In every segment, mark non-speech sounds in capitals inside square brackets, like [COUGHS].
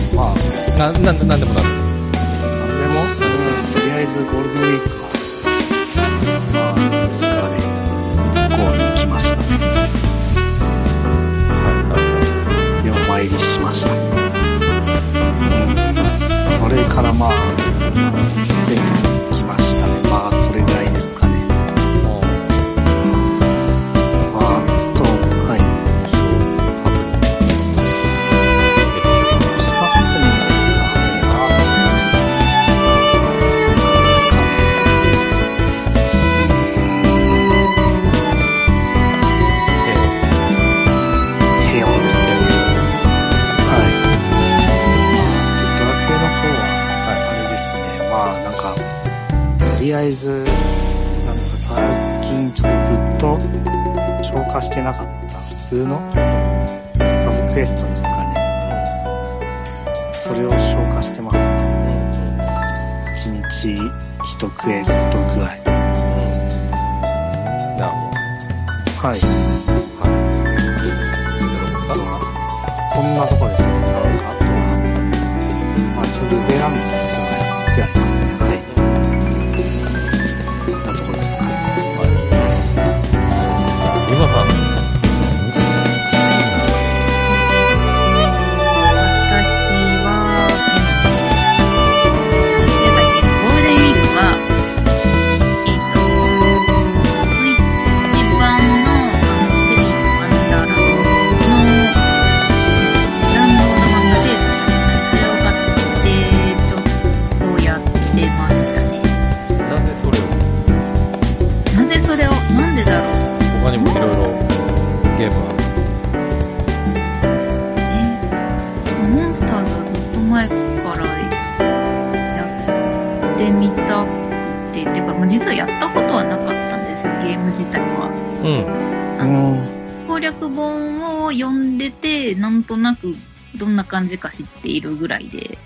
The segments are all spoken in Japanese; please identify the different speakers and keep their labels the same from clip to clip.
Speaker 1: な、なん、なんでもなんでも。
Speaker 2: 何でもうん、とりあえずゴールデンウィークは、まあ、ですからね、向こうに行きました。はい。で、お参りしました。それからまあ、スペインに来ましたね。まあ、それぐらいですかね。
Speaker 1: もう、
Speaker 2: まあ、あと、はい。まあ、ハプニングですが、あ平穏ですね。はい。ドラクエの方は、あれですね、まあなんか、とりあえず、なんか最近ちょっとずっと消化してなかった普通のサブクエストですかね。それを消化してます。1日1クエストぐらい。
Speaker 1: なるほ
Speaker 2: はい。
Speaker 1: ど。はい。喜ぶか
Speaker 2: こんなとこですね。なんか、あとは、まあちょっとベランダとかやってありますね。はい。こんなとこですかね。
Speaker 1: リマさん、
Speaker 3: 私は、何してたっけゴールデンウィークは、えっと、スイッチ版の、あの、テリーのワンダーランドの、ランドの漫画で、それを買って、ちょっとやってましたね。
Speaker 1: なんでそれを
Speaker 3: なぜそれを、なんでだろう
Speaker 1: 他にもいろいろゲームがある。
Speaker 3: ね。モンスターズはずっと前からやってみたくて、てか、まあ、実はやったことはなかったんですよ、ゲーム自体は。
Speaker 1: うん。
Speaker 3: あの、攻略本を読んでて、なんとなくどんな感じか知っているぐらいで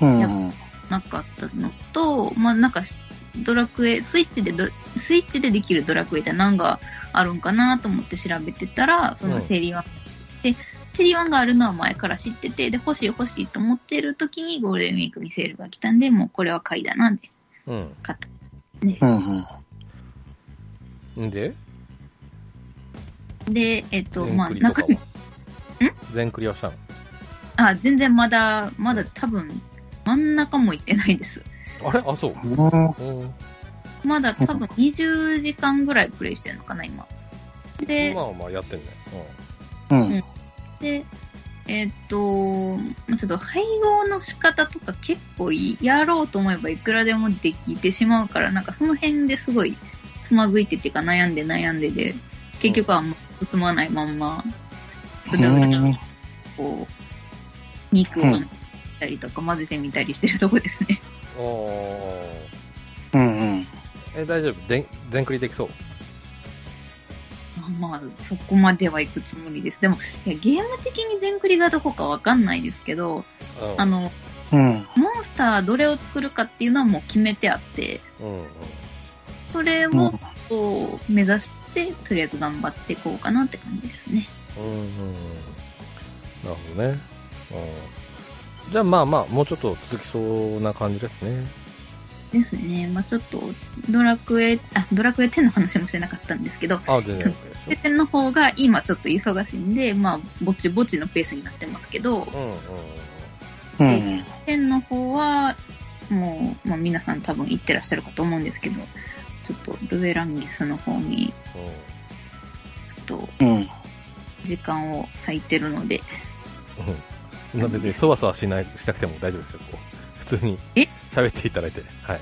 Speaker 2: うん。
Speaker 3: や
Speaker 2: うん。
Speaker 3: なかったのと、まあなんかしドラクエ、スイッチでど、スイッチでできるドラクエって何があるんかなと思って調べてたら、その
Speaker 1: うん
Speaker 3: テリワン。で、テリワンがあるのは前から知ってて、で、欲しい欲しいと思ってる時にゴールデンウィークにセールが来たんで、もうこれは買いだなって
Speaker 1: うん。
Speaker 3: 買った。
Speaker 2: うんうん。
Speaker 1: うん。んで
Speaker 3: で、えっと、
Speaker 1: 全
Speaker 3: まあ
Speaker 1: クリと
Speaker 3: 中
Speaker 1: か
Speaker 3: 身
Speaker 1: は。全クリはしたの
Speaker 3: あ、全然まだ、まだ多分、真ん中も行ってないです。
Speaker 1: あれあ、そう。
Speaker 2: うん
Speaker 1: うん。
Speaker 3: まだ多
Speaker 1: [LAUGHS]
Speaker 3: 分20時間ぐらいプレイしてるのかな、今。で
Speaker 1: ま、あまあやってんね。
Speaker 2: うん。
Speaker 3: で、えーっと、まあちょっと配合の仕方とか結構いいやろうと思えばいくらでもできてしまうから、なんかその辺ですごいつまずいてっていうか悩んで悩んでで、結局はあんま進まないまんま、ぐだぐだこう、肉を
Speaker 2: うん
Speaker 3: 混ぜたりとか混ぜてみたりしてるとこですね。
Speaker 1: う
Speaker 3: [LAUGHS]
Speaker 1: ん。おー。
Speaker 2: うんうん。
Speaker 1: え、大丈夫全全クリできそう
Speaker 3: まあまあ、そこまでは行くつもりです。でも、いやゲーム的に全クリがどこかわかんないですけど、
Speaker 1: うん。
Speaker 3: あの、
Speaker 2: うん。
Speaker 3: モンスターどれを作るかっていうのはもう決めてあって、
Speaker 1: うんうん。
Speaker 3: それ
Speaker 2: う
Speaker 3: を
Speaker 2: ん
Speaker 3: こう目指して、とりあえず頑張っていこうかなって感じですね。
Speaker 1: うんうんうんなるほどね、うん、じゃあまあまあもうちょっと続きそうな感じですね
Speaker 3: ですね。まあちょっと、ドラクエ、あ、ドラクエ10の話もしてなかったんですけど、
Speaker 1: あ全然 OK ですよ
Speaker 3: 10の方が今ちょっと忙しいんで、まあぼちぼちのペースになってますけど、
Speaker 1: うんうん
Speaker 2: うん。
Speaker 3: 10の方は、もう、まあ皆さん多分行ってらっしゃるかと思うんですけど、ちょっとルエランギスの方に、ちょっと
Speaker 2: うん。うん。
Speaker 3: 時間を割いてるので、
Speaker 1: うんうんそんな別にそわそわしないしなくても大丈夫ですよこう普通に
Speaker 3: え
Speaker 1: 喋っていただいてはい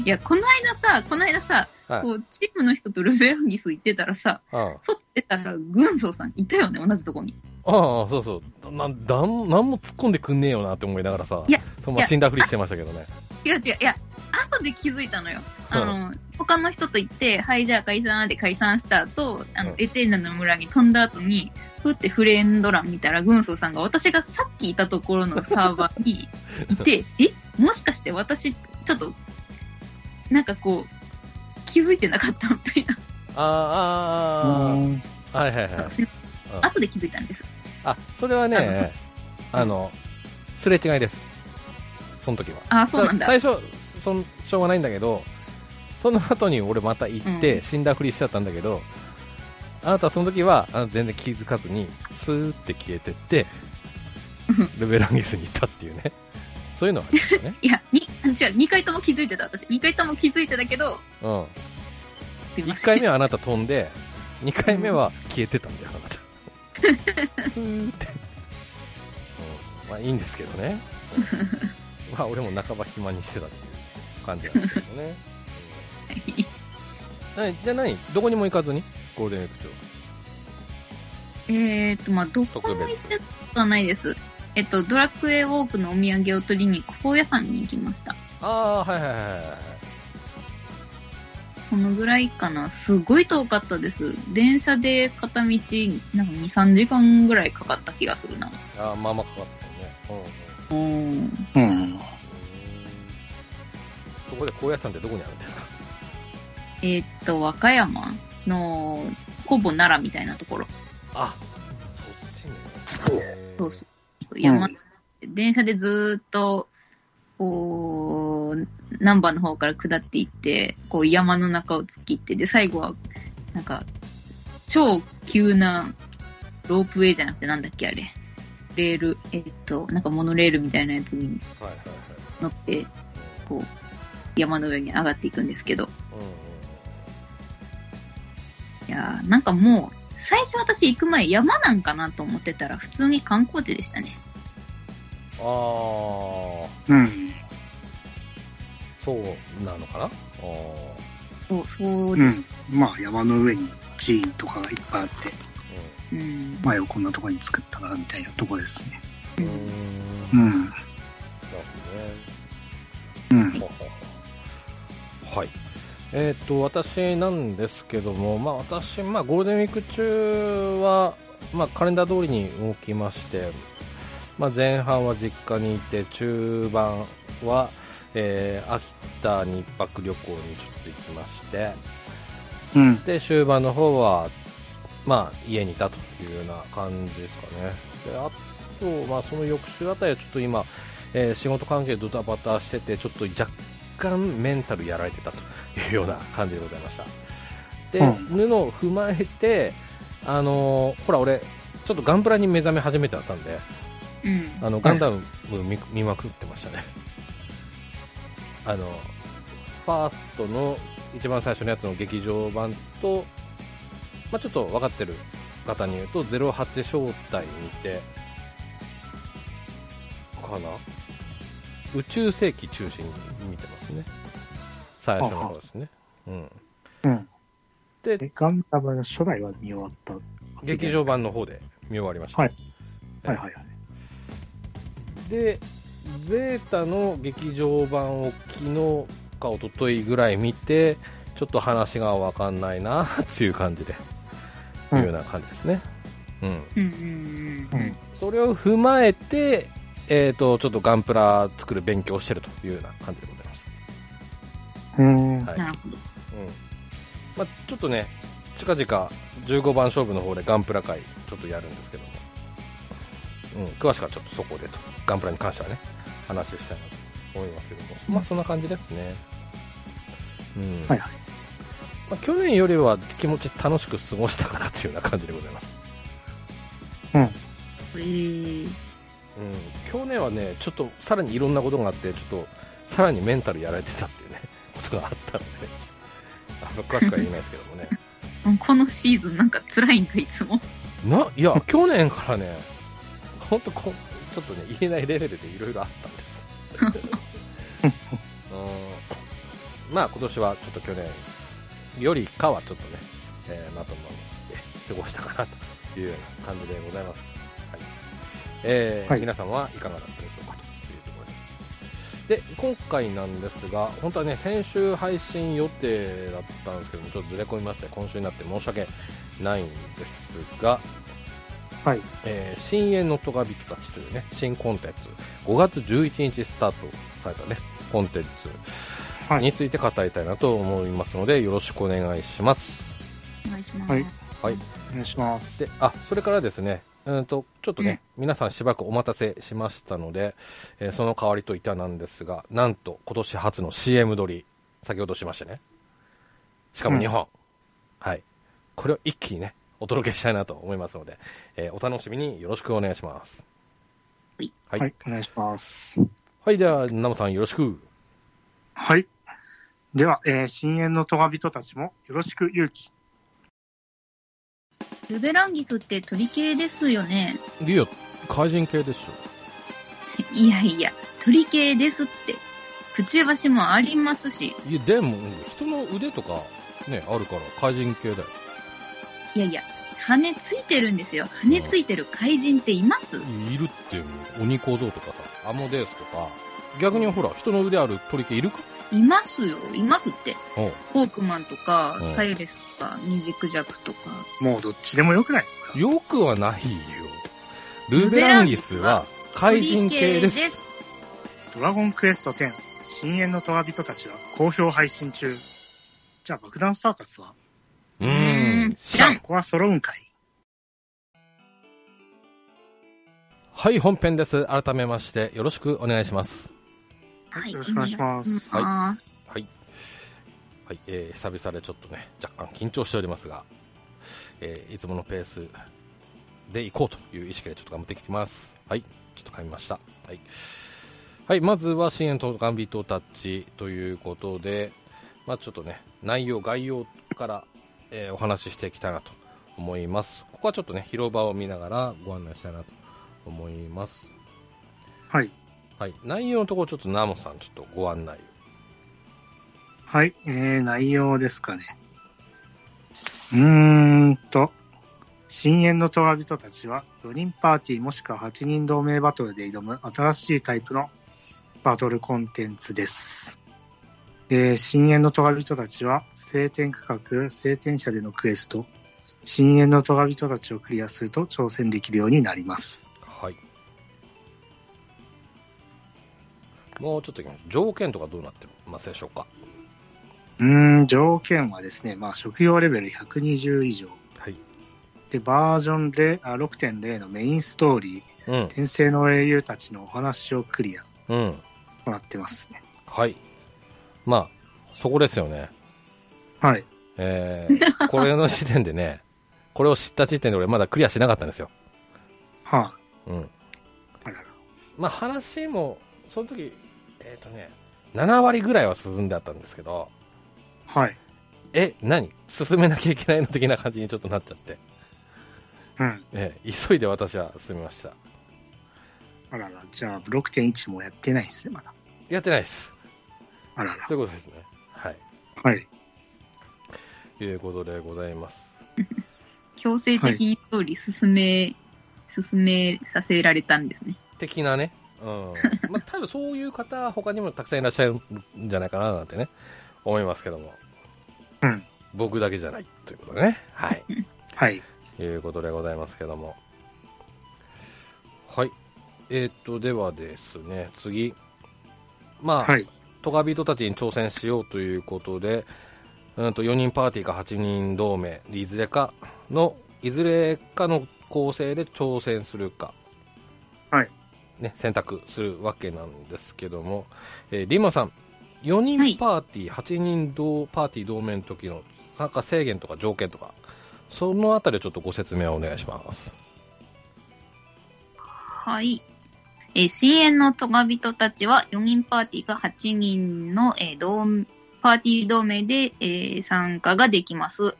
Speaker 3: いや、この間さ、この間さ、
Speaker 1: はい
Speaker 3: こうチームの人とルベロンギス行ってたらさ、
Speaker 1: ああ
Speaker 3: 外出たら軍曹さんいたよね、同じとこに。
Speaker 1: ああそうそうななんなんも突っ込んでくんねえよなって思いながらさ
Speaker 3: いや
Speaker 1: そのまま死んだふりしてましたけどね
Speaker 3: 違う違う、いや、後で気づいたのよ。あの、他の人と行って、はい、じゃあ解散で解散した後、あの、
Speaker 1: うん
Speaker 3: エテーナの村に飛んだ後に、ふってフレンド欄見たら、軍曹さんが私がさっきいたところのサーバーに
Speaker 1: [LAUGHS]
Speaker 3: いて、えもしかして私、ちょっと、なんかこう、気づいてなかったみたいな。
Speaker 1: あ
Speaker 3: [LAUGHS]
Speaker 1: あああはいはいはい
Speaker 3: 後で気づいたんです。
Speaker 1: あそれはねあのすれ違いです。その時は。
Speaker 3: あ、そうなんだ。
Speaker 1: から最初、そんしょうがないんだけど、その後に俺また行って、
Speaker 3: うん
Speaker 1: 死んだふりしちゃったんだけど、あなたその時はあの全然気づかずに、スーって消えてって
Speaker 3: うん、
Speaker 1: レベランギスに行ったっていうね。そういうのはあります
Speaker 3: [LAUGHS]
Speaker 1: よね。
Speaker 3: いや、に、あ違う、2回とも気づいてた、私。2回とも気づいてたけど、
Speaker 1: うん。
Speaker 3: すいま
Speaker 1: 1
Speaker 3: せん。
Speaker 1: 回目はあなた飛んで、2回目は消えてたんだよ、あな
Speaker 3: [LAUGHS]
Speaker 1: た。スーって。うんまあいいんですけどね。うんまあ俺も半ば暇にしてたっていう感じなんですけど
Speaker 3: [LAUGHS]
Speaker 1: ね。うんなじゃあ何どこにも行かずにゴールデンウィーク中。
Speaker 3: えーと、まあ、どこも行ってたことはないです。えっと、ドラクエウォークのお土産を取りに古本屋さんに行きました。
Speaker 1: ああー、はいはいはいはい。
Speaker 3: そのぐらいかな。すごい遠かったです。電車で片道、なんか2、3時間ぐらいかかった気がするな。
Speaker 1: あーまあまあかかったよね。
Speaker 2: う
Speaker 3: おー
Speaker 2: ん。
Speaker 1: うんうん。そこで高野山ってどこにあるんですか
Speaker 3: えーっと、和歌山の、ほぼ奈良みたいなところ。
Speaker 1: あ、そっちね。
Speaker 3: そうそう。山、電車でずーっと、こう、南波の方から下っていって、こう山の中を突きって、で、最後は、なんか、超急なロープウェイじゃなくてなんだっけあれ。レール、えっと、なんかモノレールみたいなやつに
Speaker 1: はいはいはい。
Speaker 3: 乗って、こう、山の上に上がっていくんですけど。
Speaker 1: うんうん
Speaker 3: いやー、なんかもう、最初私行く前山なんかなと思ってたら、普通に観光地でしたね。
Speaker 1: ああ、
Speaker 2: うん。
Speaker 1: そうなのかなあー
Speaker 3: そう、そう
Speaker 2: う
Speaker 3: で
Speaker 2: ん
Speaker 3: す。。
Speaker 2: まあ、山の上に寺院とかがいっぱいあって、
Speaker 3: うん
Speaker 2: まあ、よこんなとこに作ったな、みたいなとこですね。
Speaker 1: うん。うー。
Speaker 2: うん
Speaker 1: なる
Speaker 2: ん。うん
Speaker 1: ほ。どね。はい。えっ、と、私なんですけども、まあ私、まあゴールデンウィーク中は、まあカレンダー通りに動きまして、まあ前半は実家にいて、中盤は、えー、秋田に一泊旅行にちょっと行きまして、
Speaker 2: うん。
Speaker 1: で終盤の方は、まあ、家にいたというような感じですかねであと、まあ、その翌週あたりはちょっと今、えー仕事関係ドタバタしててちょっと若干メンタルやられてたというような感じでございましたで、
Speaker 2: う
Speaker 1: 布を踏まえてあのーほら俺ちょっとガンプラに目覚め始めてあったんで
Speaker 3: うん。
Speaker 1: あのガンダム見見まくってましたねあのファーストの一番最初のやつの劇場版と、まあ、ちょっと分かってる方に言うと08招待にてかな宇宙世紀中心に見てますね最初の方ですねうん
Speaker 2: うん。
Speaker 1: で
Speaker 2: で、ガンダムの初代は見終わったわけで。
Speaker 1: 劇場版の方で見終わりました、
Speaker 2: はいはいはいはい。
Speaker 1: でゼータの劇場版を昨日か一昨日ぐらい見てちょっと話が分かんないなっていう感じで、
Speaker 2: うん
Speaker 1: いうような感じですね、うん、
Speaker 3: うんうんうん。
Speaker 1: それを踏まえて、えー、とちょっとガンプラ作る勉強をしてるというような感じでございます、
Speaker 2: うん。
Speaker 1: はい
Speaker 3: なるほ
Speaker 1: う
Speaker 3: ど。
Speaker 1: んまあ、ちょっとね近々15番勝負の方でガンプラ会ちょっとやるんですけども、うん、詳しくはちょっとそこでとガンプラに関してはね話したいなと思いますけどもまあそんな感じですねうん
Speaker 2: はいはい
Speaker 1: まあ、去年よりは気持ち楽しく過ごしたかなというような感じでございます、
Speaker 2: うん。
Speaker 3: えー、
Speaker 1: うん、去年はねちょっとさらにいろんなことがあってちょっとさらにメンタルやられてたっていうねことがあったのであの詳しくは言えないですけどもね
Speaker 3: このシーズンなんか辛いんか、いつも。
Speaker 1: ない
Speaker 2: [LAUGHS]
Speaker 1: や去年からね本当こちょっとね言えないレベルでいろいろあったんです
Speaker 2: [LAUGHS]
Speaker 1: うんまあ今年はちょっと去年よりかはちょっとね、えー、まとまって過ごしたかなというような感じでございます、はいえー
Speaker 2: はい
Speaker 1: 皆さんはいかがだったでしょうかというところですで今回なんですが本当はね先週配信予定だったんですけどもちょっとずれ込みまして今週になって申し訳ないんですが、
Speaker 2: はい。
Speaker 1: えー深淵のトガビトたちというね新コンテンツ5月11日スタートされたねコンテン
Speaker 2: は
Speaker 1: ツに
Speaker 2: い。
Speaker 1: ついて語りたいなと思いますのでよろしくお願いします
Speaker 3: お願いします。
Speaker 2: はい
Speaker 1: はい
Speaker 2: お願いします。
Speaker 1: であそれからですね、うんと、ちょっとね、皆さんしばらくお待たせしましたので、えーその代わりといたなんですが、なんと今年初の CM 撮り、先ほどしましたね。しかも2本。はい。これを一気にね、お届けしたいなと思いますので、えーお楽しみによろしくお願いします。
Speaker 3: はい。
Speaker 1: はい。
Speaker 2: は
Speaker 1: はい
Speaker 2: い、お願いします。
Speaker 1: はい、では、ナムさんよろしく。
Speaker 2: はい。では、えー、深淵の咎人たちもよろしく勇気。
Speaker 3: ルベランギスって鳥系ですよね。
Speaker 1: いや、怪人系でしょ。
Speaker 3: いやいや、鳥系ですって。くちばしもありますし。
Speaker 1: いや、でも、人の腕とか、ね、あるから、怪人系だよ。
Speaker 3: いやいや、羽ついてるんですよ。羽ついてる怪人っています
Speaker 1: いるって、鬼小僧とかさ、アモデウスとか、逆にほら、人の腕ある鳥系いるか
Speaker 3: いますよ。いますって。
Speaker 1: おう
Speaker 3: フォークマンとか
Speaker 1: うん、
Speaker 3: サイレスとか、ミジクジャクとか。
Speaker 2: もうどっちでもよくないですか
Speaker 1: よくはないよ。ルベランギスは怪人系です。
Speaker 3: 鳥系です
Speaker 2: ドラゴンクエスト10、深淵の咎人たちは好評配信中。じゃあ爆弾サーカスは
Speaker 1: う
Speaker 3: ー
Speaker 1: ーん
Speaker 3: ん、知らん
Speaker 2: ここは揃うんかい。
Speaker 1: はい、本編です。改めまして、よろしくお願いします。
Speaker 2: はい、よろしくお願いします。
Speaker 1: はい
Speaker 3: あ
Speaker 1: はい。はい、えー、久々でちょっとね、若干緊張しておりますが、えー、いつものペースで行こうという意識でちょっと頑張っていきます。はい、ちょっと噛みました。はい。はい、まずは、支援とガンビートタッチということで、まあちょっとね、内容、概要から、えーお話ししていきたいなと思います。ここはちょっとね、広場を見ながらご案内したいなと思います。
Speaker 2: はい。
Speaker 1: はい、内容のところちょっとナモさん、ちょっとご案内
Speaker 2: はい、えー、内容ですかね。うーんと、深淵の咎人たちは4人パーティーもしくは8人同盟バトルで挑む新しいタイプのバトルコンテンツです。えー、深淵の咎人たちは聖典区画、聖典者でのクエスト、深淵の咎人たちをクリアすると挑戦できるようになります。
Speaker 1: はい。もうちょっといきます条件とかどうなってますでしょうか。
Speaker 2: うーん、条件はですね、まあ、職業レベル120以上。
Speaker 1: はい。
Speaker 2: で、バージョン0あ6.0のメインストーリー、
Speaker 1: うん。
Speaker 2: 転生の英雄たちのお話をクリア
Speaker 1: うん。
Speaker 2: もらってますね。
Speaker 1: はい。まあ、そこですよね。
Speaker 2: はい。
Speaker 1: えー、これの時点でね、これを知った時点で俺まだクリアしなかったんですよ。
Speaker 2: は
Speaker 1: うん。
Speaker 2: あ、あらら。
Speaker 1: まあ話も、その時、えっ、とね、7割ぐらいは進んであったんですけど、
Speaker 2: はい。
Speaker 1: え、何進めなきゃいけないの的な感じにちょっとなっちゃって、
Speaker 2: うん。
Speaker 1: えー急いで私は進みました。
Speaker 2: あらら。じゃあ、6.1もやってないですね、まだ。
Speaker 1: やってないです。
Speaker 2: あらら。
Speaker 1: そういうことですね。はい。
Speaker 2: はい。
Speaker 1: ということでございます。
Speaker 3: 強制的に通り進め、進めさせられたんですね。
Speaker 1: 的なね。うん。 [LAUGHS] まあ、多分そういう方、他にもたくさんいらっしゃるんじゃないかななんてね、思いますけども。
Speaker 2: うん。
Speaker 1: 僕だけじゃないということでね。はい。 [LAUGHS]
Speaker 2: はい。
Speaker 1: いうことでございますけども。はい。えーっと、ではですね、次。まあ、
Speaker 2: はい。
Speaker 1: トカビ人たちに挑戦しようということで、うんと4人パーティーか8人同盟、いずれかの、いずれかの構成で挑戦するか、
Speaker 2: はい。
Speaker 1: ね、選択するわけなんですけども、えーリンマさん、4人パーティー、8人同パーティー同盟の時の参加制限とか条件とか、そのあたりをちょっとご説明をお願いします。
Speaker 3: はい。えー、深淵の咎人たちは4人パーティーが8人の、えー同パーティー同盟で、えー参加ができます。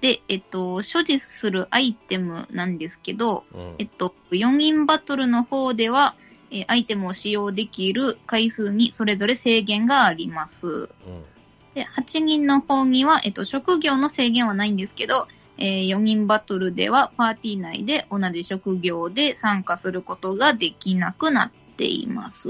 Speaker 3: で、えっと、所持するアイテムなんですけど、
Speaker 1: うん
Speaker 3: えっと、4人バトルの方では、えーアイテムを使用できる回数にそれぞれ制限があります。
Speaker 1: うん
Speaker 3: で、8人の方には、えっと、職業の制限はないんですけど、え4人バトルではパーティー内で同じ職業で参加することができなくなっています。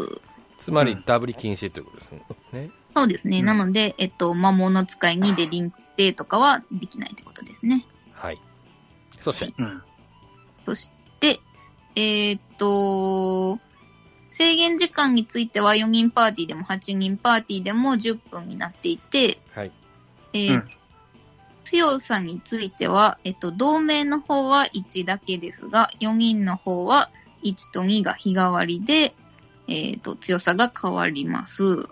Speaker 1: つまり
Speaker 2: うん、
Speaker 1: ダブり禁止ということですね。ね
Speaker 3: そうですね。
Speaker 2: うん
Speaker 3: なので、えっと、魔物使いにデリンテとかはできないってことですね。
Speaker 1: はい。そして、
Speaker 2: うん。
Speaker 3: そして、えーっと、制限時間については4人パーティーでも8人パーティーでも10分になっていて、
Speaker 1: はい。
Speaker 3: えー
Speaker 2: うん
Speaker 3: 強さについては、えっと、同盟の方は1だけですが、4人の方は1と2が日替わりで、えっと、強さが変わります。
Speaker 1: は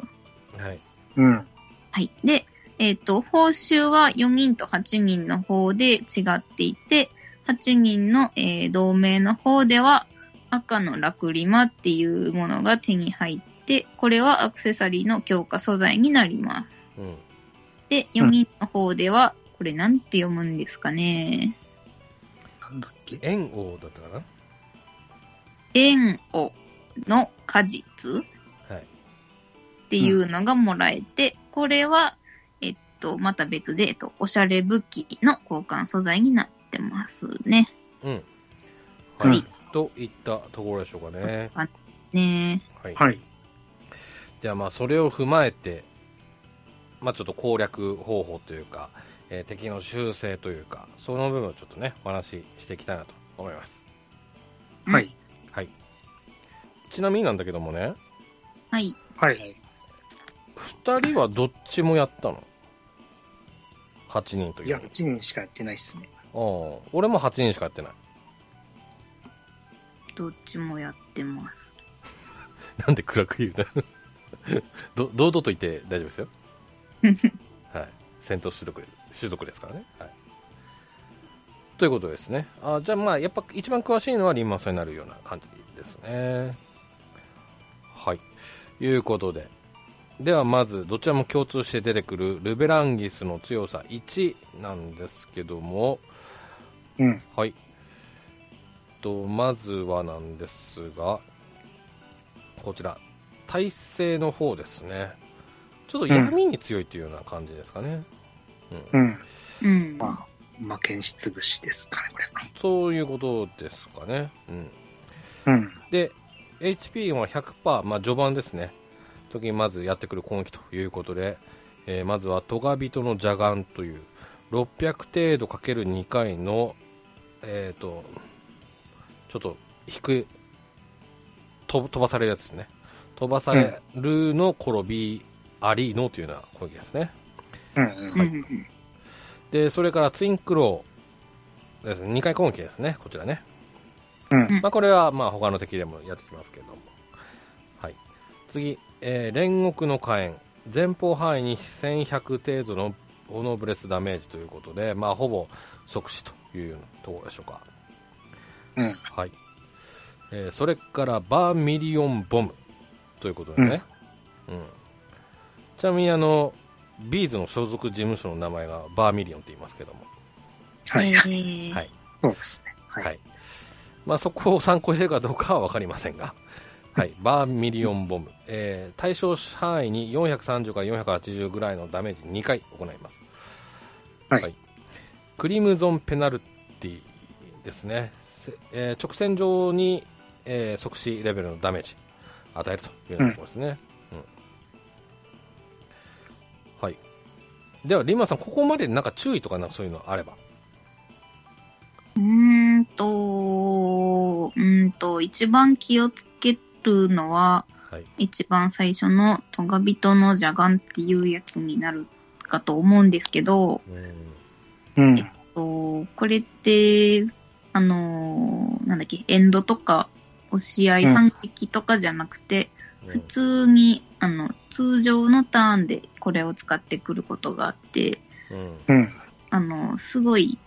Speaker 1: い。
Speaker 2: うん。
Speaker 3: はい。で、えっ、と、報酬は4人と8人の方で違っていて、8人の、えー同盟の方では赤のラクリマっていうものが手に入って、これはアクセサリーの強化素材になります。
Speaker 1: うん。
Speaker 3: で、
Speaker 2: うん
Speaker 3: 4人の方では、これなんて読むんですかね。
Speaker 2: なんだっけ
Speaker 1: 円王だったか
Speaker 3: 円をの果実
Speaker 1: なはい。
Speaker 3: っていうのがもらえて、これは、えっと、また別で、えっと、おしゃれ武器の交換素材になってますね。
Speaker 1: うん。
Speaker 2: うん
Speaker 1: はい。といったところでしょうかね。
Speaker 3: ね
Speaker 1: はい。
Speaker 2: はい。
Speaker 1: ではまあそれを踏まえて、まあちょっと攻略方法というか、えー敵の修正というか、その部分をちょっとね、お話ししていきたいなと思います。
Speaker 3: うん
Speaker 2: はい。
Speaker 1: はい。ちなみになんだけどもね、
Speaker 3: はい。
Speaker 2: はい。
Speaker 1: 二人はどっちもやったの ?8 人と
Speaker 2: い
Speaker 1: いう
Speaker 2: や、1人しかやってないっすね。
Speaker 1: うん俺も8人しかやってない。
Speaker 3: どっちもやってます。
Speaker 1: [LAUGHS] なんで暗く言うのど堂々と言って大丈夫ですよ。はい。戦闘種族で種族ですからね。はい。ということですね。あじゃあまあ、やっぱ一番詳しいのはリンマンさんになるような感じですね。はい。いうことで。ではまず、どちらも共通して出てくるルベランギスの強さ1なんですけども、
Speaker 2: うん。
Speaker 1: はい。と、まずはなんですが、こちら、体勢の方ですね。ちょっと闇に強いというような感じですかね。うん
Speaker 2: うん。
Speaker 3: うん。
Speaker 2: まあ、負けんしつぶしですかね、これ。
Speaker 1: そういうことですかね。うん、
Speaker 2: うん。
Speaker 1: で、HP は100%、まあ、序盤ですね。時にまずやってくる攻撃ということで、えーまずはトガビトの邪眼という、600程度かける2回の、えっ、と、ちょっと低い、と飛ばされるやつですね。飛ばされるの転びありのというような攻撃ですね。
Speaker 2: うんうん。
Speaker 3: うんうん
Speaker 1: で、それからツインクローですね。2回攻撃ですね、こちらね。
Speaker 2: う
Speaker 1: [LAUGHS]
Speaker 2: ん。
Speaker 1: まあ、これはまあ他の敵でもやってきますけども、はい、次、えー煉獄の火炎前方範囲に1100程度の炎ブレスダメージということで、まあ、ほぼ即死というようなところでしょうか、
Speaker 2: うん
Speaker 1: はいえーそれからバーミリオンボムということでね、うんちなみにあのビーズの所属事務所の名前がバーミリオンって言いますけども、
Speaker 2: はい。
Speaker 3: えー
Speaker 1: はい
Speaker 2: そうですね。はい。
Speaker 1: はい。まあ、そこを参考にしてるかどうかはわかりませ
Speaker 2: [LAUGHS]
Speaker 1: んが。はい。バーミリオンボム。えー対象範囲に430から480ぐらいのダメージ2回行います。
Speaker 2: はい
Speaker 1: クリムゾンペナルティですね。せえー直線上に、えー即死レベルのダメージ与えるというようなところですね。うんはい。では、リンマさん、ここまでなんか注意とかなんかそういうのあれば。
Speaker 3: うーんと、うーんと、一番気をつけるのは、
Speaker 1: はい。
Speaker 3: 一番最初のトガビトの邪眼っていうやつになるかと思うんですけど、
Speaker 1: うん
Speaker 2: うん。
Speaker 3: とこれって、あのーなんだっけ、エンドとか、押し合い、
Speaker 2: うん
Speaker 3: 反撃とかじゃなくて、
Speaker 1: う
Speaker 3: 普
Speaker 1: ん
Speaker 3: 通に、あの、通常のターンでこれを使ってくることがあって、
Speaker 1: うん。
Speaker 2: うん。
Speaker 3: あの、すごい、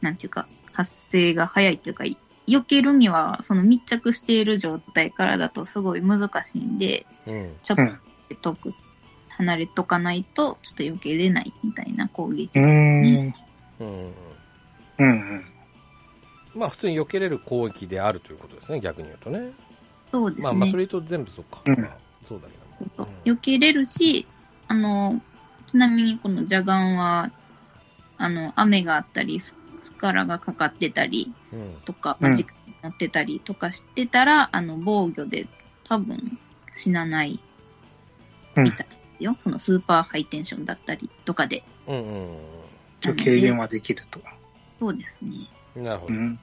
Speaker 3: なんていうか、発生が早いというか、避けるには、その密着している状態からだとすごい難しいんで、
Speaker 1: うん。
Speaker 3: ちょっ
Speaker 2: うん
Speaker 3: と遠く、離れとかないと、ちょっと避けれないみたいな攻撃
Speaker 2: う
Speaker 3: ですね。
Speaker 2: ん。
Speaker 1: うん
Speaker 2: うん。
Speaker 1: まあ普通に避けれる攻撃であるということですね、逆に言うとね。
Speaker 3: そうですね。
Speaker 1: まあまあそれと全部そうか。
Speaker 2: うん
Speaker 1: まあそうだけども。
Speaker 3: 避けれるし、あの、ちなみにこの邪眼は、あの、雨があったり、ススカラがかかってたり
Speaker 1: うんうん
Speaker 3: とか、
Speaker 2: うん
Speaker 3: 時間に乗ってたりとかしてたら、あの、防御で多分死なない
Speaker 2: うん
Speaker 3: みたいですよ。このスーパーハイテンションだったりとかで。
Speaker 1: うんうん
Speaker 2: ちょっと軽減
Speaker 3: は。
Speaker 2: はできると。
Speaker 3: そうですね。
Speaker 1: うん。なるほ
Speaker 2: う
Speaker 1: ど。
Speaker 2: ん。
Speaker 3: うん。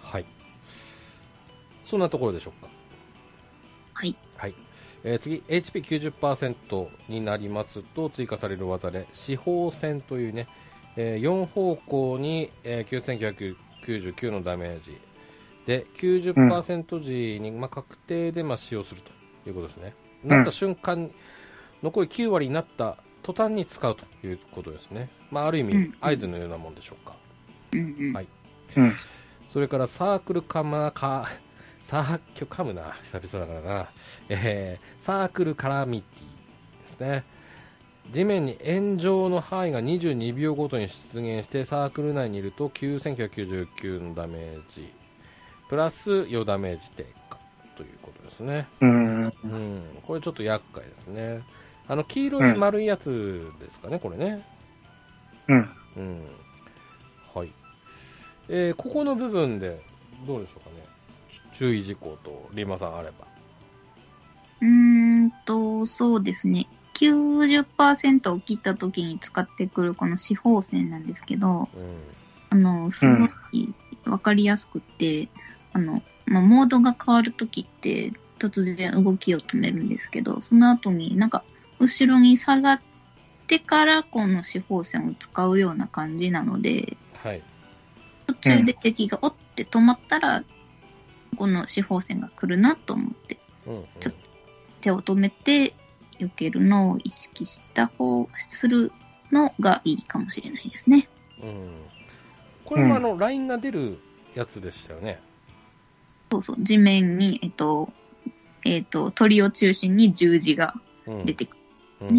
Speaker 1: はい。そんなところでしょうか。
Speaker 3: はい。
Speaker 1: はい。えー次、HP90% になりますと追加される技で、四方戦というね、え4方向に、えー9999のダメージで90%時に、まあ、確定で、まあ、使用するということですね、
Speaker 2: ん
Speaker 1: なった瞬間残り9割になった途端に使うということですね、まあ、ある意
Speaker 3: う
Speaker 1: 味
Speaker 3: ん
Speaker 1: 合図のようなもんでしょうか、
Speaker 3: うんうん
Speaker 1: はい
Speaker 2: うん。
Speaker 1: それからサークルカマーカサー今日噛むな久々だからな、えーサークルカラミティですね地面に炎上の範囲が22秒ごとに出現してサークル内にいると9999のダメージプラス4ダメージ低下ということですね
Speaker 2: うん。
Speaker 1: うんこれちょっと厄介ですねあの黄色い丸いやつですかね、これね
Speaker 2: うん。
Speaker 1: うんはい。えーここの部分で、どうでしょうかね。ち注意事項と、リンマさんあれば。
Speaker 3: うーんと、そうですね。90%を切った時に使ってくるこの四方線なんですけど、
Speaker 1: うん。
Speaker 3: あの、すごいわかりやすくって、あの、まあ、モードが変わる時って突然動きを止めるんですけど、その後になんか後ろに下がってからこの四方線を使うような感じなので、
Speaker 1: はい。
Speaker 3: 途中で敵がおって止まったら、この四方線が来るなと思って
Speaker 1: うん、うん。
Speaker 3: ちょっ手を止めて避けるのを意識した方、するのがいいかもしれないですね。
Speaker 1: うん。これもあの、ラインが出るやつでしたよね。
Speaker 3: そうそう、地面に、えっと、えっと、鳥を中心に十字が
Speaker 1: うん。
Speaker 3: 出てくる。
Speaker 1: うん。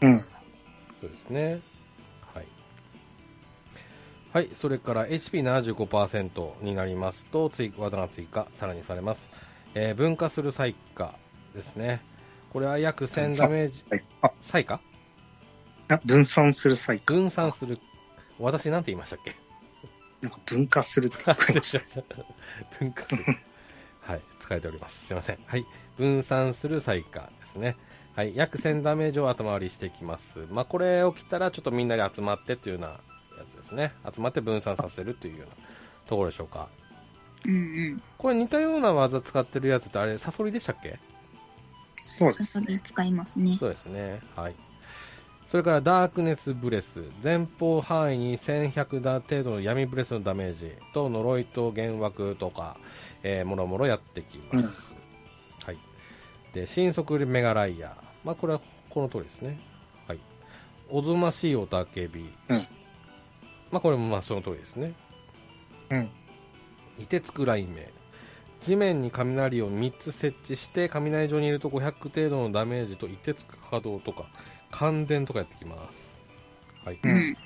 Speaker 2: うん。
Speaker 1: そうですね。はい。はい。それから HP75% になりますと、追技が追加、さらにされます。えー分化する最下ですね。これは約1000ダメージ、
Speaker 2: はいあ
Speaker 1: 最下
Speaker 2: な分散する際か。
Speaker 1: 分散する。私なんて言いましたっけ [LAUGHS]
Speaker 2: なんか分化するって書いてました。
Speaker 1: 分化する。はい。使えております。すいません。はい。分散する最下ですね。はい。約1000ダメージを後回りしていきます。まあ、これ起きたらちょっとみんなで集まってというようなやつですね。集まって分散させるというようなところでしょうか。
Speaker 3: うんうん。
Speaker 1: これ似たような技使ってるやつってあれ、サソリでしたっけ
Speaker 2: そうで
Speaker 3: さす
Speaker 2: す
Speaker 3: が
Speaker 2: ね。
Speaker 3: 使いますね。
Speaker 1: そうですね。はい。それからダークネスブレス。前方範囲に1100打程度の闇ブレスのダメージと呪いと幻惑とか、えー、もろもろやってきます。はい。で、新速メガライアー。まあ、これはこの通りですね。はい。おぞましいおたけび。
Speaker 2: うん
Speaker 1: まあ、これもまあその通りですね。
Speaker 2: うん。
Speaker 1: 凍てつく雷鳴地面に雷を3つ設置して雷上にいると500程度のダメージと凍てつく波動とか感電とかやってきます、はい
Speaker 2: うん
Speaker 3: うん。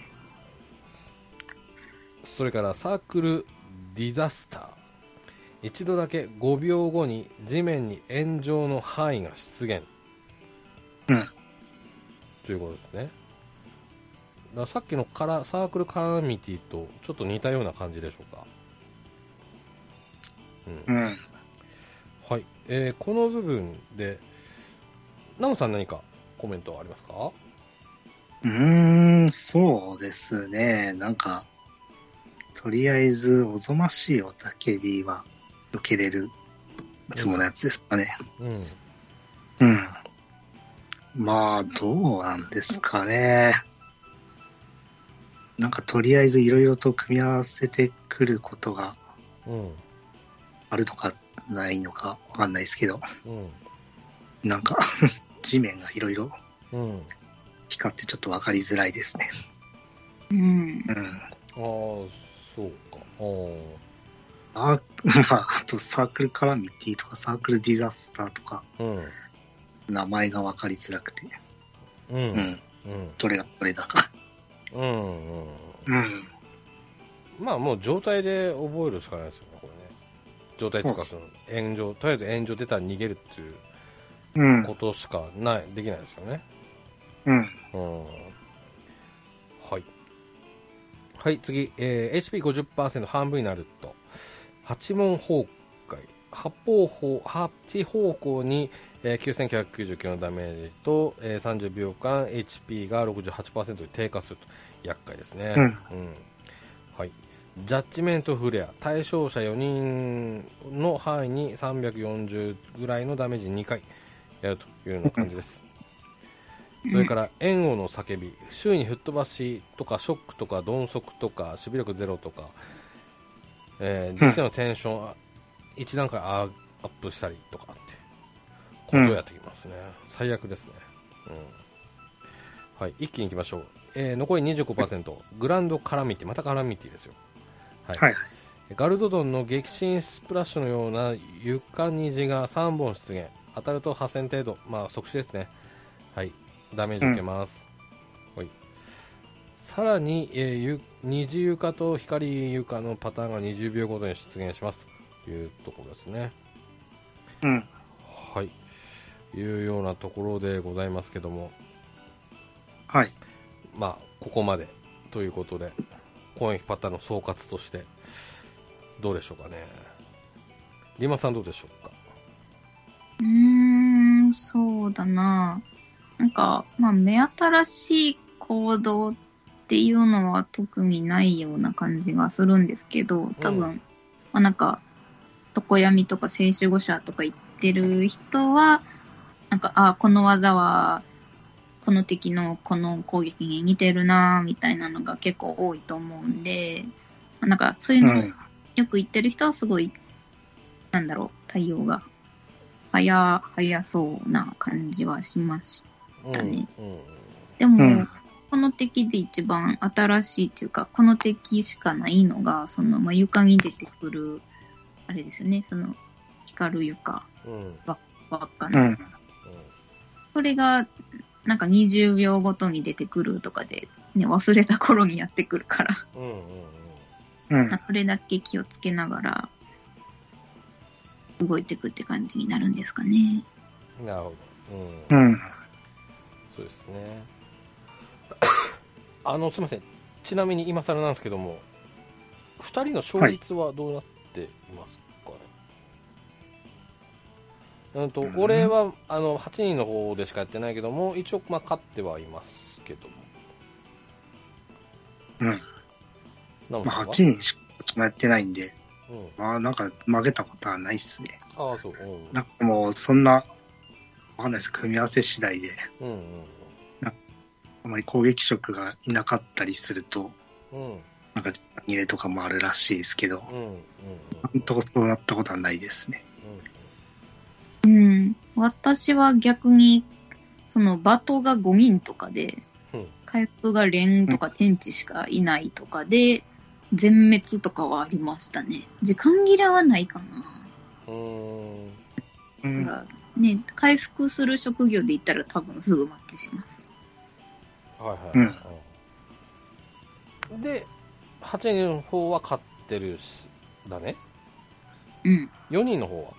Speaker 1: それからサークルディザスター一度だけ5秒後に地面に炎上の範囲が出現
Speaker 2: うん。
Speaker 1: ということですねだからさっきのカラサークルカラミティとちょっと似たような感じでしょうか、うん
Speaker 2: うん。
Speaker 1: はい、えーこの部分で、ナムさん何かコメントありますか
Speaker 2: うーん、そうですね。なんか、とりあえず、おぞましいおたけびは、受けれる、いつものやつですかね。
Speaker 1: うん。
Speaker 2: うん。まあ、どうなんですかね。なんか、とりあえず、いろいろと組み合わせてくることが
Speaker 1: うん。
Speaker 2: あるのか、ないのか、わかんないですけど、
Speaker 1: うん。
Speaker 2: なんか、 [LAUGHS] 地面がいろいろ
Speaker 1: うん。
Speaker 2: 光ってちょっとわかりづらいですね。
Speaker 3: うん。
Speaker 2: うん。
Speaker 1: ああ、そうか。あー
Speaker 2: あ、 [LAUGHS] まあ、あとサークルカラミティとかサークルディザスターとか、
Speaker 1: うん。
Speaker 2: 名前がわかりづらくて、
Speaker 1: う。
Speaker 2: うんん、
Speaker 1: うん。
Speaker 2: どれがどれだか。
Speaker 1: うん。うん。
Speaker 2: うん、
Speaker 1: まあもう状態で覚えるしかないですよね、これね。状態とかそ
Speaker 2: そ
Speaker 1: の炎上、とりあえず炎上出たら逃げるっていう
Speaker 2: うん、
Speaker 1: ことしかない、できないですよね。
Speaker 2: うん、
Speaker 1: うんはい。はい、次、えー、HP50% 半分になると、八問崩壊、八方方、八方向に、えー、9999のダメージと、えー、30秒間 HP が68%に低下すると、厄介ですね。
Speaker 2: うん
Speaker 1: はい。ジャッジメントフレア、対象者4人の範囲に340ぐらいのダメージ2回やるというような感じです。それから「円王の叫び」周囲に吹っ飛ばしとかショックとか鈍足とか守備力ゼロとか、えー、実際のテンションあ一段階アップしたりとかってことをやってきますね、最悪ですね、うんはい、一気にいきましょう、えー、残り25%、グランドカラミティまたカラミティですよ、はい
Speaker 2: はい。
Speaker 1: ガルドドンの激震スプラッシュのような床虹が3本出現当たると破線程度、まあ、即死ですね、はい、ダメージ受けます、はい、さらに、えーゆ虹床と光床のパターンが20秒ごとに出現しますというところですね
Speaker 2: うん。
Speaker 1: はいいうようなところでございますけども
Speaker 2: はい。
Speaker 1: まあここまでということで攻撃パターンの総括としてどうでしょうかねリマさんどうでしょうか
Speaker 3: うーん、そうだな。なんか、まあ、目新しい行動っていうのは特にないような感じがするんですけど、多分、
Speaker 1: うん
Speaker 3: まあ、なんか、床闇とか青春語社とか行ってる人は、なんか、あこの技は、この敵のこの攻撃に似てるな、みたいなのが結構多いと思うんで、なんか、そういうのを
Speaker 2: うん
Speaker 3: よく言ってる人はすごい、なんだろう、対応が早、早そうな感じはしました。だね
Speaker 1: うんうん
Speaker 3: でも、
Speaker 2: うん
Speaker 3: この敵で一番新しいっていうか、この敵しかないのが、その、まあ、床に出てくる、あれですよね、その、光る床
Speaker 1: うんうん
Speaker 3: ばっか
Speaker 2: う
Speaker 3: な。
Speaker 2: ん。
Speaker 3: それが、なんか20秒ごとに出てくるとかで、ね、忘れた頃にやってくるから、
Speaker 1: うんうん
Speaker 2: うん。
Speaker 3: [LAUGHS] それだけ気をつけながら、動いていくって感じになるんですかね。
Speaker 1: うんなるほど、うん
Speaker 2: うん。
Speaker 1: そうですね [COUGHS] あのすみませんちなみに今更なんですけども2人の勝率はどうなっていますかね、うんと
Speaker 2: うん
Speaker 1: 俺はあの8人の方でしかやってないけども一応、まあ、勝ってはいますけども
Speaker 2: うん。
Speaker 1: ナム
Speaker 2: ま
Speaker 1: さ
Speaker 2: あ、
Speaker 1: んは、
Speaker 2: 8人しかやってないんで、
Speaker 1: うん、
Speaker 2: まあ、なんか負けたことはないっすね。
Speaker 1: ああそううん
Speaker 2: なんかもう、そんな、わかんないです。組み合わせ次第で、
Speaker 1: うん
Speaker 2: あまり攻撃色がいなかったりすると、
Speaker 1: うんうん
Speaker 2: なんか、入れとかもあるらしいですけど、
Speaker 1: うんうんうん
Speaker 2: 今んとこそうなったことはないですね。
Speaker 3: うん、私は逆に、そのバトが5人とかで
Speaker 1: うん、
Speaker 3: 回復が連とか天地しかいないとかで、全滅とかはありましたね。時間切れはないかな。
Speaker 1: うんうん
Speaker 2: う
Speaker 3: だか
Speaker 2: ん。
Speaker 3: ら、ね、回復する職業で言ったら多分すぐマッチします。
Speaker 1: はいはいはい、で8人の方は勝ってるしだね
Speaker 3: うん。
Speaker 1: 4人の方は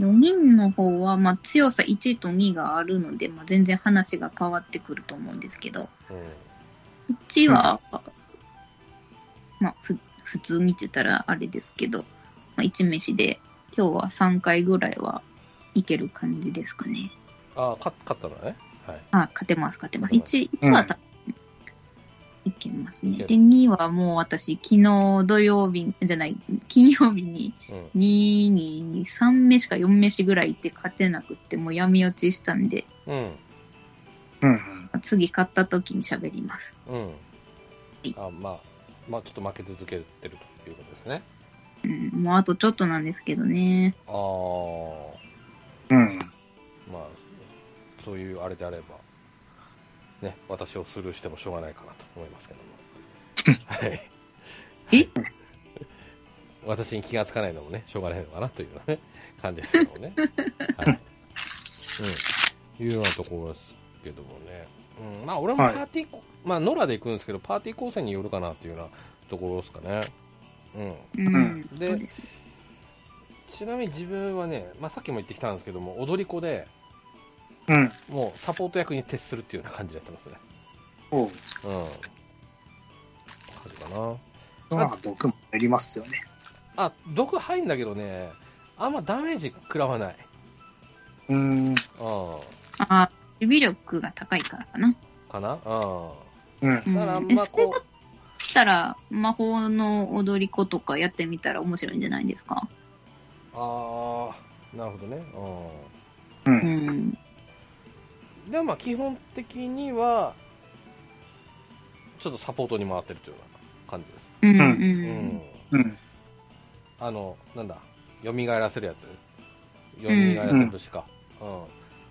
Speaker 3: 4人の方は、まあ、強さ1と2があるので、まあ、全然話が変わってくると思うんですけど、
Speaker 1: う
Speaker 3: 1は、まあ、ふ普通にって言ったらあれですけど、まあ、1飯で今日は3回ぐらいはいける感じですかね。
Speaker 1: ん、あ勝勝ったのね、はい
Speaker 3: あ、勝てます、勝てます。
Speaker 1: うん
Speaker 3: 1, 一は、いけますね。
Speaker 1: いける
Speaker 3: で、2はもう私、昨日土曜日、じゃない、金曜日に
Speaker 1: うん、
Speaker 3: 2に3飯か4飯ぐらい行って勝てなくって、もう闇落ちしたんで、
Speaker 1: うん
Speaker 2: うん。
Speaker 3: 次勝った時に喋ります。
Speaker 1: うんあまあまあちょっと負け続けてるということですね
Speaker 3: うん、もうあとちょっとなんですけどね。
Speaker 1: ああ
Speaker 2: うん。
Speaker 1: まあそういうあれであればね私をスルーしてもしょうがないかなと思いますけどもはい
Speaker 3: え
Speaker 1: 私に気がつかないのもねしょうがないのかなというようなね感じですけどもね、はいうん、いうようなところですけどもね、うん、まあ俺もパ
Speaker 2: はい
Speaker 1: ーティーこ、まあ野良で行くんですけどパーティー構成によるかなというようなところですかねうん
Speaker 3: うん、
Speaker 2: ん
Speaker 3: そう
Speaker 1: で
Speaker 3: ですね。
Speaker 1: ちなみに自分はね、まあ、さっきも言ってきたんですけども踊り子で
Speaker 2: うん。
Speaker 1: もうサポート役に徹するっていうような感じでやってますね
Speaker 2: おう。
Speaker 1: うんわかるかな
Speaker 2: まあ、毒もやりますよね。
Speaker 1: あ毒入んだけどねあんまダメージ食らわない
Speaker 2: うん。
Speaker 1: うん
Speaker 3: ああ、守備力が高いからかな。
Speaker 1: かなう
Speaker 2: うん。
Speaker 3: うんん、
Speaker 1: だからあん
Speaker 3: え
Speaker 1: ま
Speaker 3: それ
Speaker 1: こ
Speaker 3: だったら、魔法の踊り子とかやってみたら面白いんじゃないですか。
Speaker 1: うああなるほどね
Speaker 2: う。
Speaker 3: うんん。
Speaker 1: うでもまあ基本的にはちょっとサポートに回ってるというような感じです、
Speaker 3: うん
Speaker 2: う
Speaker 3: うん
Speaker 1: うん
Speaker 3: ん。
Speaker 2: うん。
Speaker 1: あのなんだ蘇らせるやつ蘇らせるしか、うん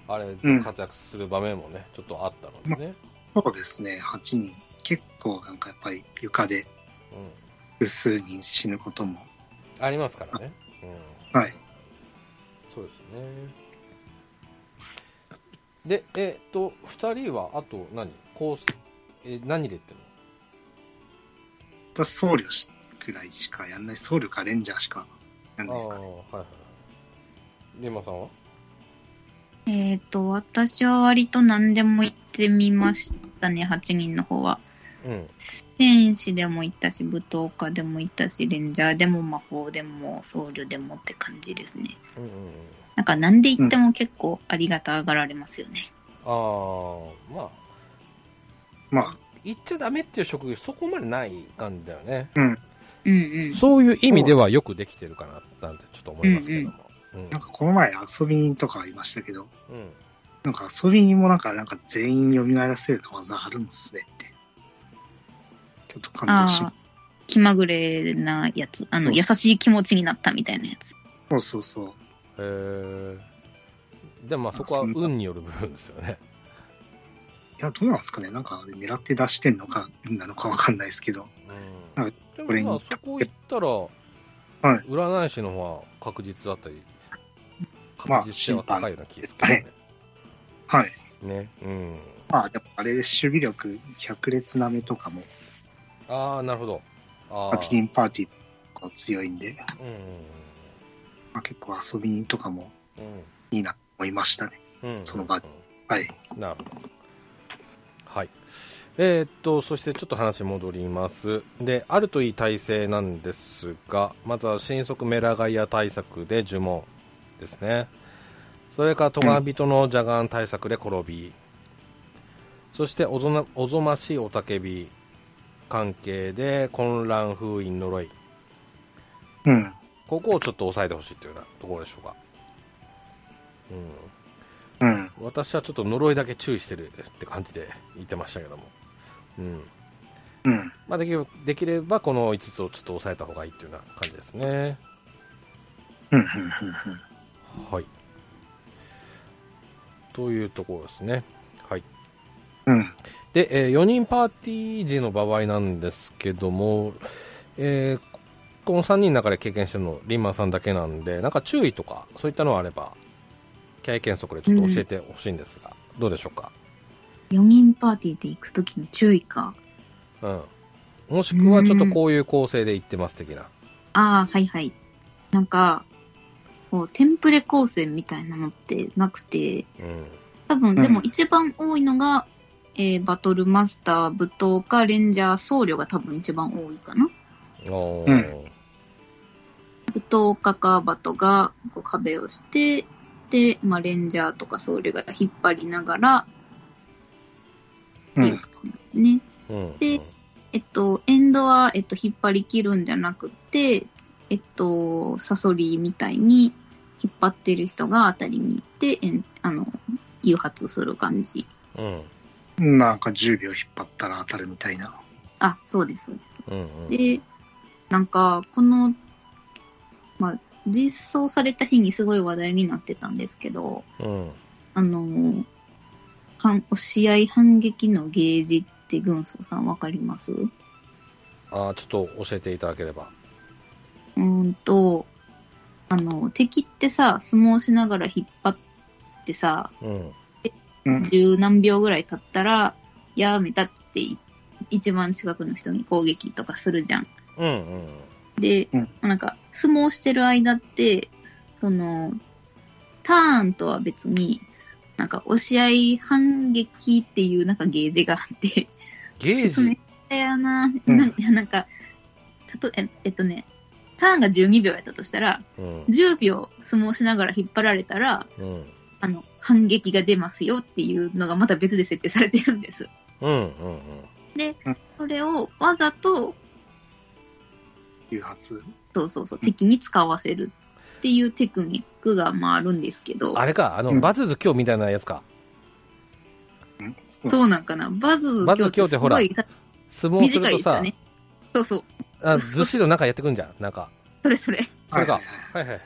Speaker 1: あれ
Speaker 2: うん
Speaker 1: 活躍する場面もねちょっとあったのでね、
Speaker 2: そうですね、8人。結構なんかやっぱり床で
Speaker 1: う
Speaker 2: 複数人死ぬこと
Speaker 1: ん、
Speaker 2: も。
Speaker 1: ありますからね、うん、
Speaker 2: はい。
Speaker 1: そうですねでえっと2人はあと何コースえ何で言ってるの
Speaker 2: 私僧侶しくらいしかやんない。僧侶かレンジャーしかやんないですか
Speaker 1: あ
Speaker 2: ね。
Speaker 1: あはいはいリンマさんは
Speaker 3: えっと、私は割と何でも行ってみましたね、8人の方は。
Speaker 1: うん
Speaker 3: 天使でも行ったし、舞踏家でも行ったし、レンジャーでも魔法でも僧侶でもって感じですね。
Speaker 1: うんうんうん
Speaker 3: なんか何で行っても結構ありがたがられますよね。
Speaker 1: ああまあ
Speaker 2: まあ、
Speaker 1: 言っちゃダメっていう職業そこまでないんだよね
Speaker 2: うん。
Speaker 3: うんうん。
Speaker 1: そういう意味ではよくできてるかななんてちょっと思いますけどもうん
Speaker 2: なんかこの前遊び人とかありましたけど、
Speaker 1: うん
Speaker 2: なんか遊び人もなんか、なんか全員蘇らせる技あるんですねって。ちょっと感動しま
Speaker 3: ああ
Speaker 2: し、
Speaker 3: 気まぐれなやつ。あの、
Speaker 2: そう
Speaker 3: 優しい気持ちになったみたいなやつ。
Speaker 2: た。そうそうそう。
Speaker 1: へえでもまあそこは運による部分ですよね
Speaker 2: いや、どうなんですかねなんかあれ狙って出してんのか、なのかわかんないですけど。
Speaker 1: う
Speaker 2: は
Speaker 1: ん
Speaker 2: い、
Speaker 1: で
Speaker 2: これ
Speaker 1: も
Speaker 2: に
Speaker 1: まあそこ行ったら、
Speaker 2: い
Speaker 1: 占い師の方が確実だったり
Speaker 2: まあ
Speaker 1: 確実性は高いような気がするけどね,、
Speaker 2: はい。
Speaker 1: ねうん
Speaker 2: まあ、でもあれ、守備力、百列なめとかも、
Speaker 1: ああなるほどああ
Speaker 2: 8人パーティーとか強いんで、
Speaker 1: うんうん
Speaker 2: まあ、結構遊び人とかも
Speaker 1: うん
Speaker 2: いいなと思いましたね。
Speaker 1: うんうん
Speaker 2: その場はい。
Speaker 1: なるほど。はい。えーっと、そしてちょっと話戻ります。で、あるといい体制なんですが、まずは新速メラガイア対策で呪文ですね。それからトガビトのジャガン対策で転び。そしておぞな、おぞましいおたけび関係で混乱封印呪い。
Speaker 2: うん。
Speaker 1: ここをちょっと抑えてほしいというようなところでしょうか。うん。
Speaker 2: うん。
Speaker 1: 私はちょっと呪いだけ注意してるって感じで言ってましたけども、うん
Speaker 2: うん。
Speaker 1: まあ、できればできればこの5つをちょっと抑えた方がいいっていうような感じですね
Speaker 2: うん。うん。
Speaker 1: はいというところですねはい
Speaker 2: うん。うん。
Speaker 1: で、え4人パーティー時の場合なんですけども、えーこの3人の中で経験してるのリンマンさんだけなんでなんか注意とかそういったのがあれば経験則でちょっと教えてほしいんですが、どうでしょうか
Speaker 3: 4人パーティーで行くときの注意か。
Speaker 1: うん。もしくはちょっとこういう構成で言ってます的な。
Speaker 3: ああ、はいはい。なんか、こう、テンプレ構成みたいなのってなくて、
Speaker 1: うん。
Speaker 3: 多分、
Speaker 2: うん
Speaker 3: でも一番多いのが、えーバトルマスター、舞踏家、レンジャー、僧侶が多分一番多いかな。
Speaker 1: お
Speaker 2: う
Speaker 1: ー
Speaker 3: 舞踏家かバトがこう壁をして、で、まあ、レンジャーとか僧侶が引っ張りながら
Speaker 2: う。
Speaker 3: っていうん感じですね。
Speaker 1: うん。
Speaker 3: でえっと、エンドは、えっと、引っ張り切るんじゃなくて、えっと、サソリみたいに引っ張ってる人が当たりに行って、えんあの、誘発する感じ。
Speaker 1: うん。うん。
Speaker 2: なんか10秒引っ張ったら当たるみたいな。
Speaker 3: あ、そうです、そうです。
Speaker 1: うん。
Speaker 3: で、なんか、この、まあ、実装された日にすごい話題になってたんですけど、
Speaker 1: うん。
Speaker 3: あの、反押し合い反撃のゲージって軍曹さんわかりますう
Speaker 1: あーちょっと教えていただければ。
Speaker 3: ーんと、あの、敵ってさ、相撲しながら引っ張ってさ、
Speaker 1: うん。
Speaker 2: うん。
Speaker 3: 十何秒ぐらい経ったら、やめたっつって、い一番近くの人に攻撃とかするじゃん。
Speaker 1: うん。うん。
Speaker 3: で、
Speaker 2: うん
Speaker 3: まあなんか、相撲してる間って、その、ターンとは別に、なんか、押し合い反撃っていう、なんかゲージがあって、
Speaker 1: ゲー
Speaker 3: 説明
Speaker 1: ジ
Speaker 3: したやな、
Speaker 2: うん
Speaker 3: なんか、なんかたとえ、えっとね、ターンが12秒やったとしたら、
Speaker 1: うん。
Speaker 3: 10秒相撲しながら引っ張られたら、
Speaker 1: うん。
Speaker 3: あの、反撃が出ますよっていうのがまた別で設定されてるんです。
Speaker 1: うん。うん。
Speaker 3: それをわざと、
Speaker 2: 誘発。
Speaker 3: そうそうそう、敵に使わせるっていうテクニックが、まあ、あるんですけど、
Speaker 1: あれか、あの、
Speaker 2: うん
Speaker 1: バズズ今日みたいなやつか。
Speaker 2: うん
Speaker 3: そうなんかな。バズ
Speaker 1: バズ今
Speaker 3: 今日
Speaker 1: 日ってほら
Speaker 3: すごい
Speaker 1: 相撲す
Speaker 3: 短
Speaker 1: ると
Speaker 3: いですよ
Speaker 1: さ、
Speaker 3: ね。そうそう。
Speaker 1: あずっしりの中やってくんじゃん、なんか。
Speaker 3: それそれ。 [LAUGHS]
Speaker 1: それか
Speaker 2: はい。
Speaker 1: はいはいはい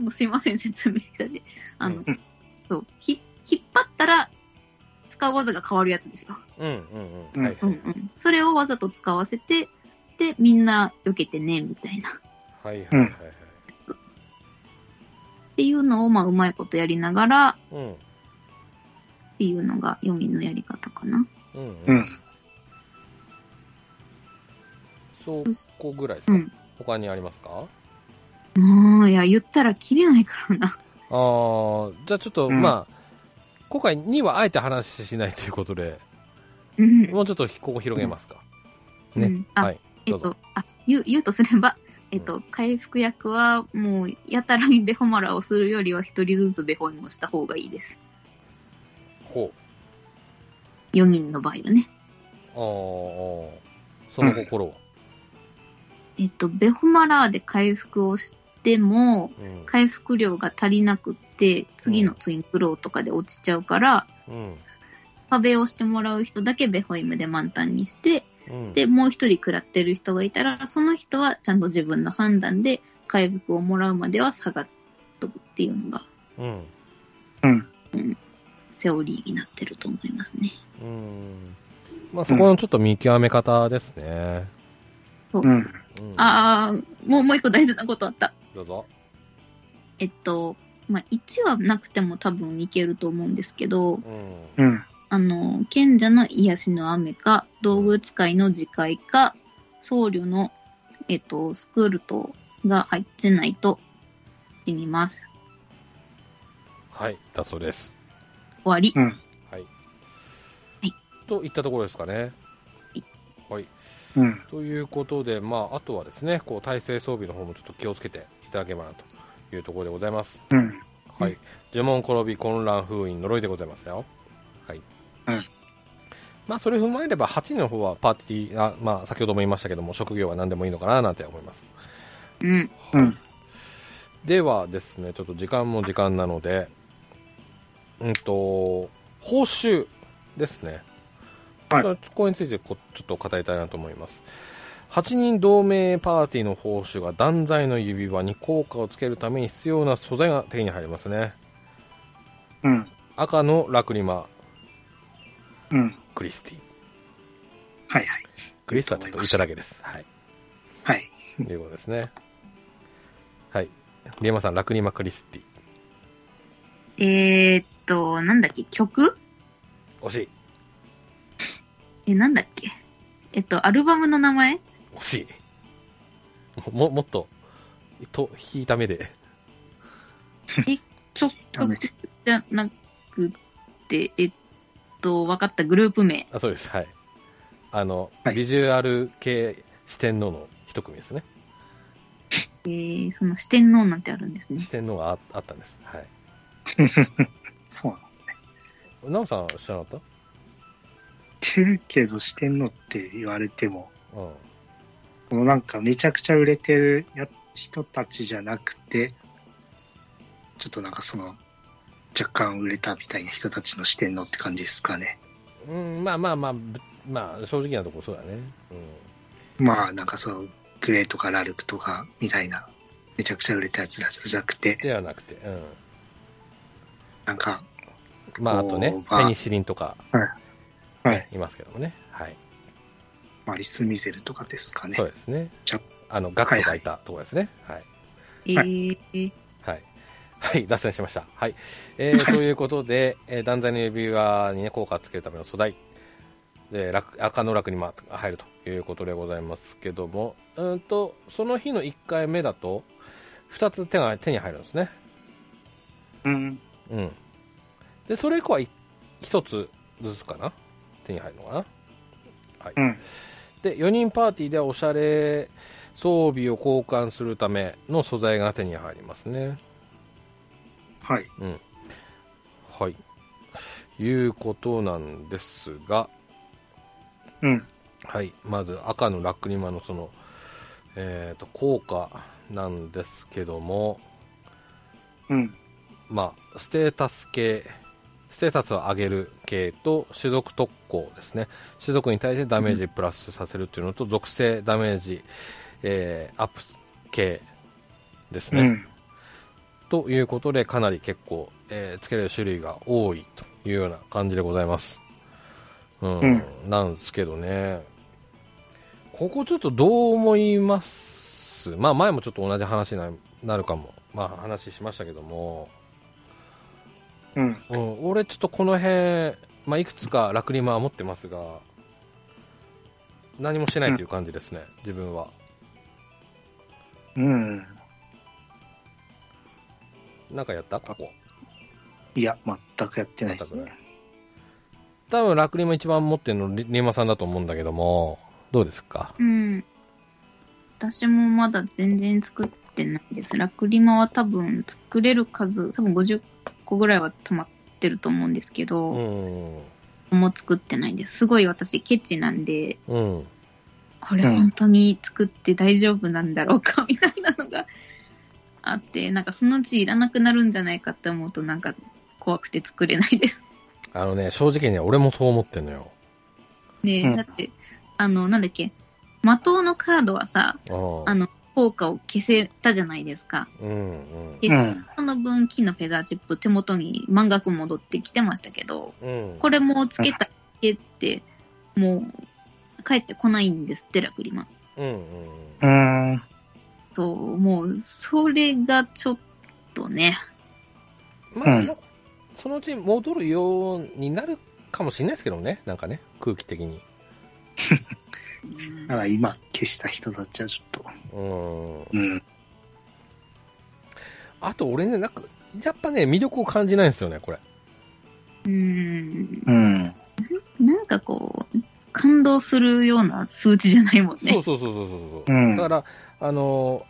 Speaker 3: もうすいません、説明したで。あの、
Speaker 2: うん
Speaker 3: そう。ひ、引っ張ったら、使う技が変わるやつですよ。
Speaker 1: はい。うんうんうん。はい
Speaker 3: うんうん。それをわざと使わせて、で、みんな避けてね、みたいな。っ
Speaker 1: はいはいはいはい。
Speaker 3: ていうのを、まあ、うまいことやりながら、
Speaker 1: うん
Speaker 3: っていうのが4人のやり方かな。
Speaker 1: うん
Speaker 2: う
Speaker 1: うんん。。そこぐらいですか
Speaker 3: うん。
Speaker 1: 他にありますか
Speaker 3: もう、いや、言ったら切れないからな。
Speaker 1: あーじゃあちょっと、
Speaker 2: うん
Speaker 1: まあ、今回2はあえて話しないということで、
Speaker 3: うん。
Speaker 1: もうちょっとここ広げますか。
Speaker 3: うん
Speaker 1: ね。
Speaker 3: あ、
Speaker 1: はい。
Speaker 3: え
Speaker 1: ど
Speaker 3: っ
Speaker 1: うぞ
Speaker 3: と、あ、言う、言うとすれば、えっと、回復薬は、もう、やたらにベホマラをするよりは、一人ずつベホイもした方がいいです。
Speaker 1: ほう。
Speaker 3: 4人の場合はね。
Speaker 1: あーあーその心は。
Speaker 3: えっと、ベホマラーで回復をしても、
Speaker 1: うん。
Speaker 3: 回復量が足りなくって、次のツインクローとかで落ちちゃうから、
Speaker 1: うん。
Speaker 3: 壁をしてもらう人だけベホイムで満タンにして、
Speaker 1: うん。
Speaker 3: で、もう一人食らってる人がいたら、その人はちゃんと自分の判断で回復をもらうまでは下がっとくっていうのが
Speaker 1: うん。
Speaker 2: うん。
Speaker 3: セオリーになってると思いますね。
Speaker 1: うん。まあ、そこのちょっと見極め方ですね。
Speaker 3: そう
Speaker 2: うん。
Speaker 1: うん、
Speaker 3: ああ、もう、もう一個大事なことあった。
Speaker 1: どうぞ。
Speaker 3: えっと、まあ、1はなくても多分いけると思うんですけど、
Speaker 1: うん。
Speaker 2: うん。
Speaker 3: あの、賢者の癒しの雨か、道具使いの自戒か、僧侶の、えっと、スクールトが入ってないと、死にます。
Speaker 1: はい。だそうです。
Speaker 3: 終わり。
Speaker 2: うん。
Speaker 1: はい。
Speaker 3: い
Speaker 1: といったところですかね。はい。
Speaker 2: うん。
Speaker 1: ということで、まあ、あとはですね、こう、体制装備の方もちょっと気をつけていただければなというところでございます。
Speaker 2: うん。
Speaker 1: はい。呪文転び、混乱、封印、呪いでございますよ。はい。
Speaker 2: うん
Speaker 1: まあ、それ踏まえれば、8人の方はパーティー、あまあ、先ほども言いましたけども、職業は何でもいいのかな、なんて思います。
Speaker 3: うん。
Speaker 2: うん。
Speaker 1: ではですね、ちょっと時間も時間なので、うんと、報酬ですね。
Speaker 2: はい
Speaker 1: ここについてこちょっと語りたいなと思います。8人同盟パーティーの報酬が断罪の指輪に効果をつけるために必要な素材が手に入りますね。
Speaker 2: うん。
Speaker 1: 赤のラクリマ、
Speaker 2: うん。
Speaker 1: クリスティ。
Speaker 2: はいはい。
Speaker 1: クリスティはちょっといただけです。はい。
Speaker 2: はい。
Speaker 1: ということですね。はい。リエマさん、ラクリマクリスティ。
Speaker 3: えーっと、なんだっけ、曲
Speaker 1: 惜しい。
Speaker 3: え、なんだっけ。えっと、アルバムの名前
Speaker 1: 惜しい。も、もっと、と、引いた目で。
Speaker 3: 曲、
Speaker 2: あの
Speaker 3: 曲じゃなくて、えっと、わかった、グループ名。
Speaker 1: あ、そうです。はい。あの、
Speaker 2: はい
Speaker 1: ビジュアル系四天王の一組ですね。
Speaker 3: えー、その四天王なんてあるんですね
Speaker 1: 四。天王がああったんです。はい。
Speaker 2: そうなんですね。
Speaker 1: ナムさん知らなかっ
Speaker 2: 知ってるけど、してんのって言われても、
Speaker 1: たうん。
Speaker 2: このなんかめちゃくちゃ売れてるや人たちじゃなくて、ちょっとなんかその、若干売れたみたいな人たちの視点のって感じですかね。
Speaker 1: うん、まあまあまあ、ぶまあ、正直なところそうだね。
Speaker 2: まあなんかその、グレーとかラルクとかみたいな、めちゃくちゃ売れたやつらじゃなく
Speaker 1: うん。
Speaker 2: て、
Speaker 1: ではなくて、うん。
Speaker 2: なんか、
Speaker 1: まあ、あとね
Speaker 2: こう、まあ
Speaker 1: ペニシリンとか、
Speaker 2: はい、
Speaker 1: いますけどもね。はい。
Speaker 2: マリス・ミゼルとかですかね
Speaker 1: そう。ですね
Speaker 2: ちゃ。
Speaker 1: あの、ガクトがいたところですね。はい。
Speaker 3: えー、
Speaker 1: はい。はい、脱線しました。はい。え [LAUGHS] ー、ということで、えー、断罪の指輪にね、効果をつけるための素材、えー、楽赤の楽にまあ入るということでございますけども、うーんと、その日の1回目だと、2つ手が手に入るんですね。
Speaker 2: うん。
Speaker 1: うん。で、それ以降は1つずつかな手に入るのかな
Speaker 2: うん。
Speaker 1: で、4人パーティーではおしゃれ装備を交換するための素材が手に入りますね。
Speaker 2: はい。
Speaker 1: はい。いうことなんですが、
Speaker 2: うん。
Speaker 1: はい。まず赤のラクリマのその、えっ、と、効果なんですけども、
Speaker 2: うん。
Speaker 1: まあ、ステータス系ステータスを上げる系と種族特攻ですね種族に対してダメージプラスさせるっていうのと、属性ダメージ、えーアップ系です
Speaker 2: う
Speaker 1: ね、
Speaker 2: ん。
Speaker 1: ということでかなり結構、えーつけれる種類が多いというような感じでございます、うん
Speaker 2: うん
Speaker 1: なんですけどねここちょっとどう思いますまあ前もちょっと同じ話にななるかもまあ話しましたけども、
Speaker 2: うん。
Speaker 1: うん、俺ちょっとこの辺、まあ、いくつかラクリマは持ってますが何もしてないという感じですね、自分は
Speaker 2: うん。
Speaker 1: なんかやったここ
Speaker 2: いや、全くやってないです
Speaker 1: 全く
Speaker 2: ね
Speaker 1: な。多分ラクリマ一番持ってるのリリーマさんだと思うんだけどもどうですか
Speaker 3: うん。私もまだ全然作ってないです。ラクリマは多分作れる数、多分50個ぐらいは溜まってると思うんですけど、
Speaker 1: うん
Speaker 3: もう作ってないです。すごい私ケチなんで、
Speaker 1: うん
Speaker 3: これ本当に作って大丈夫なんだろうか、みたいなのがあって、なんかそのうちいらなくなるんじゃないかって思うとなんか怖くて作れないです。
Speaker 1: あのね正直ね俺もそう思ってんのよ
Speaker 3: ね、
Speaker 2: うん
Speaker 3: だって、あの、なんだっけ、魔党のカードはさ、
Speaker 1: うん
Speaker 3: あの、効果を消せたじゃないですか。
Speaker 1: うんうん
Speaker 3: で
Speaker 2: うん
Speaker 3: その分、金のフェザーチップ手元に満額戻ってきてましたけど、
Speaker 1: うん
Speaker 3: これもつけたけって、もう、帰ってこないんですって、ラクリマ。
Speaker 1: うんうん
Speaker 2: うーん。
Speaker 3: そう、もう、それがちょっとね。
Speaker 1: まあ、
Speaker 2: うん
Speaker 1: もそのうち戻るようになるかもしれないですけどねなんかね空気的に
Speaker 2: だから今消した人たちはちょっと。
Speaker 1: うん
Speaker 2: うん。
Speaker 1: あと俺ねなんかやっぱね魅力を感じないんですよねこれ
Speaker 3: うん。
Speaker 2: うん。
Speaker 3: なんかこう、感動するような数値じゃないも
Speaker 1: そ
Speaker 3: ん
Speaker 1: う
Speaker 3: ね。
Speaker 1: そうそうそうそう
Speaker 2: う
Speaker 1: そう、
Speaker 2: ん。
Speaker 1: だからあの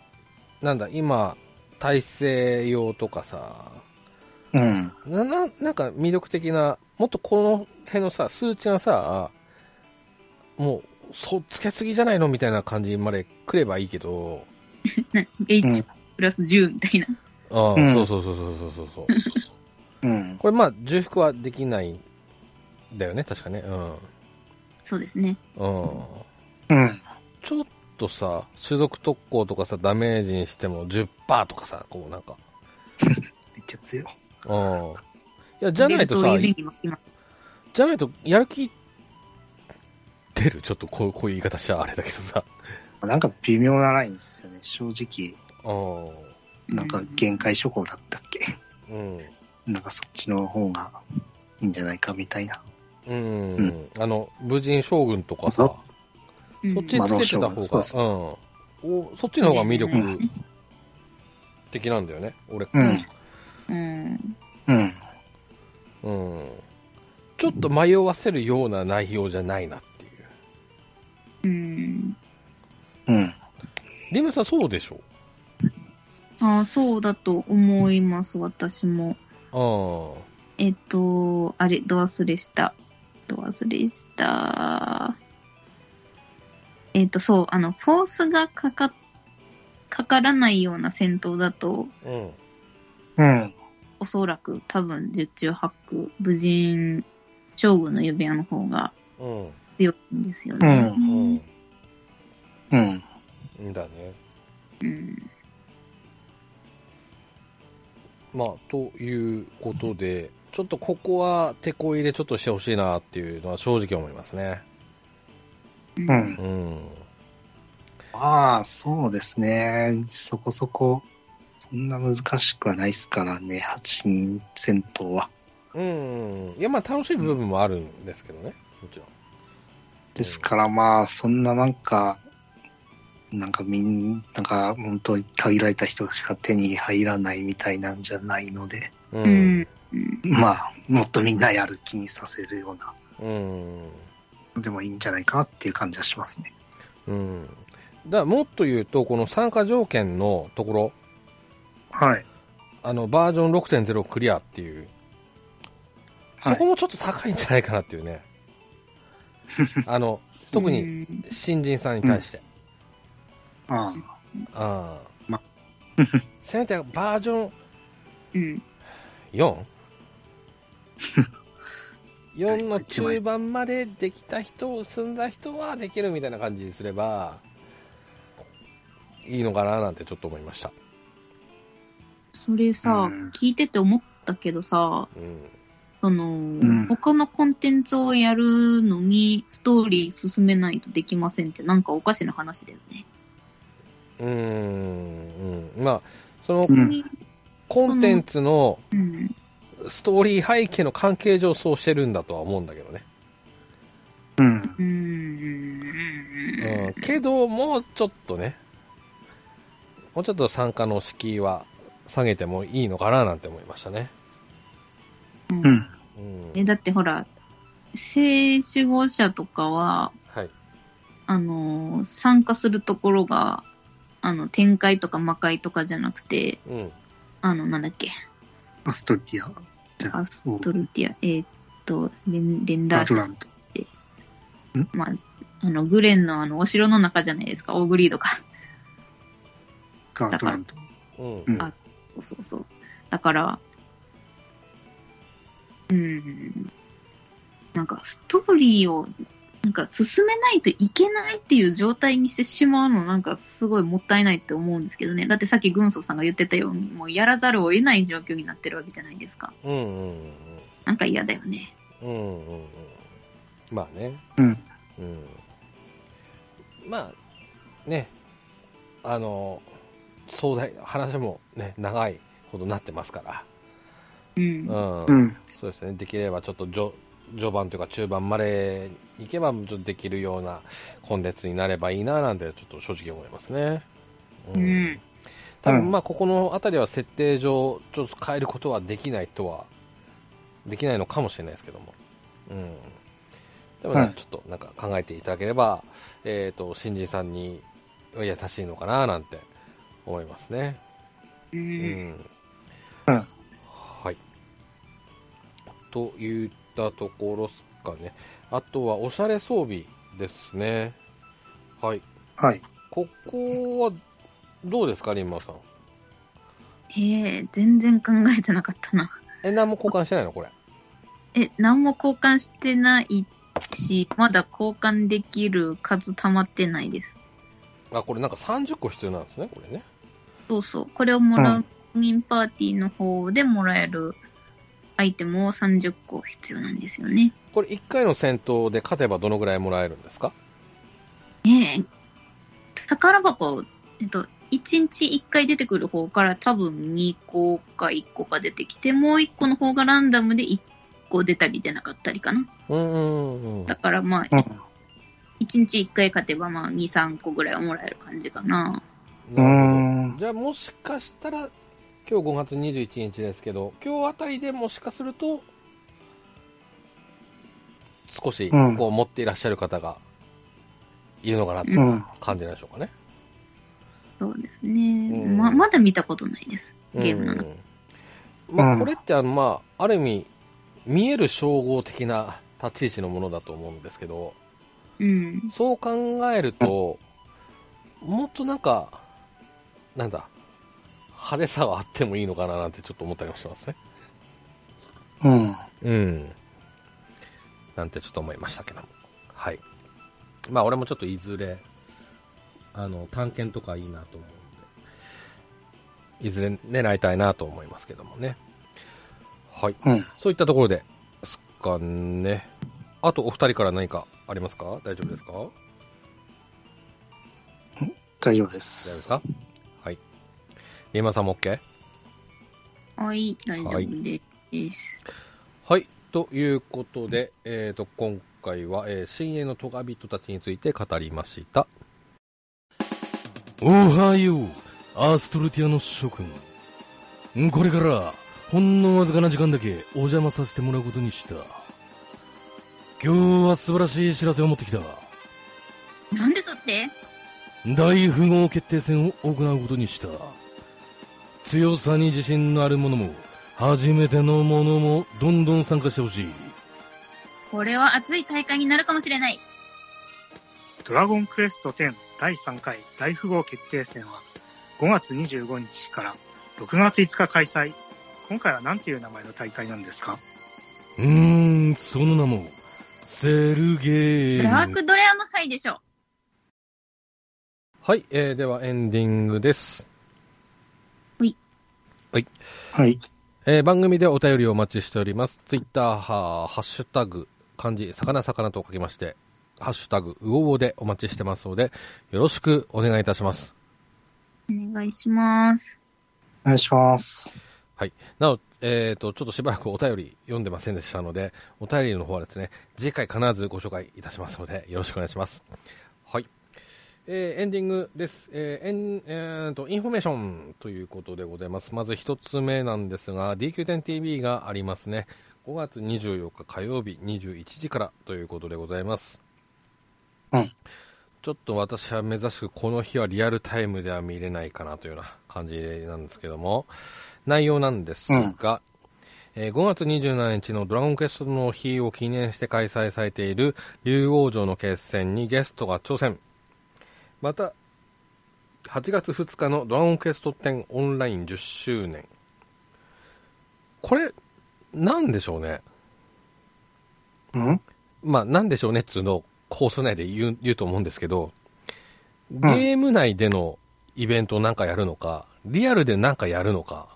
Speaker 1: なんだ今体制用とかさ
Speaker 2: うん。
Speaker 1: なななんか魅力的なもっとこの辺のさ数値がさもうそうつけすぎじゃないのみたいな感じまで来ればいいけど
Speaker 3: [LAUGHS] な
Speaker 2: う
Speaker 3: H
Speaker 2: ん
Speaker 3: プラス10みたいな。
Speaker 1: ああ、
Speaker 2: うん
Speaker 1: そうそうそうそうそうそうそう
Speaker 2: うん。
Speaker 1: これまあ重複はできないんだよね確かねうん、うん、
Speaker 3: そうですね。
Speaker 1: ちょ
Speaker 2: うん。
Speaker 1: っとさ種族特攻とかさダメージにしても10%とかさこうなんか
Speaker 2: めっちゃ強い。
Speaker 1: うんいやじゃないと
Speaker 3: ベ
Speaker 1: さ
Speaker 3: ルトを指に巻きます
Speaker 1: じゃないとやる気出るちょっとこうこういう言い方しちゃあれだけどさ
Speaker 2: なんか微妙なラインですよね。正直、
Speaker 1: うん
Speaker 2: なんか
Speaker 3: うん
Speaker 2: 限界諸行だったっけ、
Speaker 1: うん
Speaker 2: なんかそっちの方がいいんじゃないかみたいな。
Speaker 1: うん、
Speaker 2: う
Speaker 1: あの、武人将軍とかさ
Speaker 2: そ、
Speaker 3: うん
Speaker 1: そっちつけてた方が、、
Speaker 2: 魔導将軍そうそう
Speaker 1: ん、おそっちの方が魅
Speaker 3: う
Speaker 1: 力
Speaker 3: ん
Speaker 1: 的なんだよね、俺。
Speaker 2: うん。
Speaker 3: うん。
Speaker 2: うん。
Speaker 1: うん。ちょっと迷わせるような内容じゃないなっていう。
Speaker 3: うん。
Speaker 2: うん。
Speaker 1: リムさんそうでしょ
Speaker 3: ああ、そうだと思います、私も。
Speaker 1: あ
Speaker 3: えっと、あれ、ド忘れした。ド忘れした。えっと、そう、あの、フォースがかか、かからないような戦闘だと、
Speaker 1: あ。うん。
Speaker 2: うん。
Speaker 3: おそらく多分、十中八九、武人、将軍の指輪の方が
Speaker 1: うん。
Speaker 3: 強いんですよね。
Speaker 2: う
Speaker 1: うん。
Speaker 2: うん。
Speaker 1: んだね。
Speaker 3: うん。
Speaker 1: まあ、ということで、ちょっとここは手こ入れちょっとしてほしいなっていうのは正直思いますね。
Speaker 3: うん
Speaker 2: うん
Speaker 1: う。ん。
Speaker 2: まあ、そうですね。そこそこ、そんな難しくはないですからね、八人戦闘は。
Speaker 1: うん。いや、まあ楽しい部分もあるんですけどね、もちろん。
Speaker 2: ですからまあ、そんななんか、なんかみんなんか本当に限られた人しか手に入らないみたいなんじゃないので、
Speaker 1: う
Speaker 3: うんん。うん。
Speaker 2: まあ、もっとみんなやる気にさせるような、
Speaker 1: うん。
Speaker 2: でもいいんじゃないかなっていう感じはしますね。
Speaker 1: うん。だからもっと言うと、この参加条件のところ、
Speaker 2: はい。
Speaker 1: あの、バージョン6.0クリアっていう、
Speaker 2: は
Speaker 1: そ
Speaker 2: い
Speaker 1: こもちょっと高いんじゃないかなっていうね。あの、特に
Speaker 3: うん。
Speaker 1: 新人さんに対して。
Speaker 2: あ
Speaker 1: ああ [LAUGHS]
Speaker 2: ま
Speaker 1: せめてバージョン
Speaker 3: うん。
Speaker 1: 4 4の中盤までできた人を積んだ人はできるみたいな感じにすればいいのかななんてちょっと思いました、
Speaker 3: それさ、
Speaker 2: うん
Speaker 3: 聞いてて思ったけどさ、
Speaker 1: うん、
Speaker 3: その、
Speaker 2: ん
Speaker 3: 他のコンテンツをやるのに、ストーリー進めないとできませんって、なんかおかしな話だよね。
Speaker 1: うーん、うん、まあその
Speaker 2: うん
Speaker 3: に
Speaker 1: コンテンツの
Speaker 3: うん。
Speaker 1: ストーリー背景の関係上そうしてるんだとは思うんだけどね、
Speaker 2: うん。
Speaker 3: うーん。
Speaker 1: うん、けどもうちょっとねもうちょっと参加の敷居は下げてもいいのかななんて思いましたね、
Speaker 2: う
Speaker 3: うん
Speaker 2: ん。
Speaker 1: うん、
Speaker 3: えだってほら、性守護者とかは、
Speaker 1: はい
Speaker 3: あの、参加するところが、あの、展開とか魔界とかじゃなくて、
Speaker 1: うん
Speaker 3: あの、なんだっけ、
Speaker 2: アストルティア。じゃ
Speaker 3: ア
Speaker 2: あ、
Speaker 3: ストルティア、えーっと、レンレン
Speaker 2: ア
Speaker 3: ダー
Speaker 2: ト
Speaker 3: シ
Speaker 2: ラント。
Speaker 3: まあ、あの、グレンのあの、お城の中じゃないですか、オーグリードか。
Speaker 2: か、アトラント。
Speaker 1: うん
Speaker 2: うん
Speaker 3: あそうそうそう。だから、うん、なんかストーリーを、なんか進めないといけないっていう状態にしてしまうの、なんかすごいもったいないって思うんですけどね。だってさっき軍曹さんが言ってたように、もうやらざるを得ない状況になってるわけじゃないですか。
Speaker 1: うんうん
Speaker 3: なんか嫌だよね。
Speaker 1: うんうんうんうんまあね
Speaker 2: うん。
Speaker 1: うんまあねあの壮大な話もね長いほどなってますから
Speaker 3: うん。
Speaker 1: うん、
Speaker 2: うん。
Speaker 1: そうですねできればちょっと序序盤というか中盤までいけばちょっとできるようなコンテンツになればいいななんてちょっと正直思いますねう
Speaker 3: うん
Speaker 1: 多
Speaker 2: う
Speaker 1: 分
Speaker 2: ん
Speaker 1: まあここの辺りは設定上ちょっと変えることはできないとはできないのかもしれないですけども、うん、でもね、
Speaker 2: はい
Speaker 1: ちょっとなんか考えていただければ、えー、と新人さんには優しいのかななんて思いますね、
Speaker 3: う
Speaker 1: うん
Speaker 3: ん。
Speaker 2: うん
Speaker 1: はいといったところですかねあとはおしゃれ装備ですねはい
Speaker 2: はい。
Speaker 1: ここはどうですかリンマさん
Speaker 3: へえ、全然考えてなかったな。
Speaker 1: え何も交換してないのこれ
Speaker 3: え、何も交換してないし、まだ交換できる数溜まってないです。
Speaker 1: あこれなんか30個必要なんですねこれね
Speaker 3: そうそう。これをもら
Speaker 2: う
Speaker 3: う、インパーティーの方でもらえるアイテムを30個必要なんですよね。
Speaker 1: これ1回の戦闘で勝てばどのぐらいもらえるんですか
Speaker 3: ねえ。宝箱、えっと、1日1回出てくる方から多分2個か1個か出てきて、もう1個の方がランダムで1個出たり出なかったりかな。
Speaker 1: うんうんうんうん
Speaker 3: だからまあ、
Speaker 2: う
Speaker 3: 1
Speaker 2: ん。
Speaker 3: 日1回勝てばまあ2、3個ぐらいはもらえる感じかな。
Speaker 2: う
Speaker 1: なる
Speaker 2: ん
Speaker 1: ほどじゃあもしかしたら今日5月21日ですけど今日あたりでもしかすると少し
Speaker 2: うん
Speaker 1: こう持っていらっしゃる方がいるのかなっていう
Speaker 2: うん。
Speaker 1: 感じなんでしょうかね、
Speaker 3: そうですね。
Speaker 1: うん
Speaker 3: ま、まだ見たことないです。ゲームなの。
Speaker 1: うんま
Speaker 2: う
Speaker 1: あ、
Speaker 2: ん
Speaker 1: これってあの、まあ、ある意味見える称号的な立ち位置のものだと思うんですけど
Speaker 3: うん。
Speaker 1: そう考えるともっとなんかなんだ派手さはあってもいいのかななんてちょっと思ったりもしますね
Speaker 2: うん。
Speaker 1: うんなんてちょっと思いましたけどもはいまあ俺もちょっといずれあの探検とかいいなと思うんでいずれ狙いたいなと思いますけどもねはい
Speaker 2: うん。
Speaker 1: そういったところですかね。あとお二人から何かありますか大丈夫ですか大丈
Speaker 2: 大丈夫で。
Speaker 1: 夫ですすかはい。リーマンさんも OK?
Speaker 3: はい、大丈夫です。
Speaker 1: はい。ということで、えー、と、今回は、えー、深淵のトガビトたちについて語りました。おはよう、アストルティアの諸君。これから、ほんのわずかな時間だけお邪魔させてもらうことにした。今日は素晴らしい知らせを持ってきた。
Speaker 3: なんですって
Speaker 1: 大富豪決定戦を行うことにした強さに自信のある者も初めての者もどんどん参加してほしい
Speaker 3: これは熱い大会になるかもしれない。
Speaker 2: ドラゴンクエスト10第3回大富豪決定戦は5月25日から6月5日開催。今回は何ていう名前の大会なんですか
Speaker 1: うーん、その名も、セルゲーム。
Speaker 3: ダークドレアのハイでしょ。
Speaker 1: はい、えー、ではエンディングです。
Speaker 2: はい。
Speaker 1: えー番組でお便りをお待ちしております。ツイッターは、ハッシュタグ、漢字、魚魚と書きまして、ハッシュタグ、うおおでお待ちしてますので、よろしくお願いいたします。
Speaker 3: お願いします。
Speaker 2: お願いします。
Speaker 1: なお、えっ、と、ちょっとしばらくお便り読んでませんでしたので、お便りの方はですね、次回必ずご紹介いたしますので、よろしくお願いします。はい。えーエンディングです。えーエン、えーと、インフォメーションということでございます。まず一つ目なんですが、DQ10TV がありますね。5月24日火曜日21時からということでございます。
Speaker 2: うん。
Speaker 1: ちょっと私は目指しくこの日はリアルタイムでは見れないかなというような感じなんですけども、内容なんですが、えー5月27日のドラゴンクエストの日を記念して開催されている竜王城の決戦にゲストが挑戦。また、8月2日のドラゴンクエスト10オンライン10周年。これ、なんでしょうね。
Speaker 2: うん
Speaker 1: まあ、なんでしょうねっつうのをコース内で言う言うと思うんですけど、ゲーム内でのイベントなんかやるのか、リアルでなんかやるのか、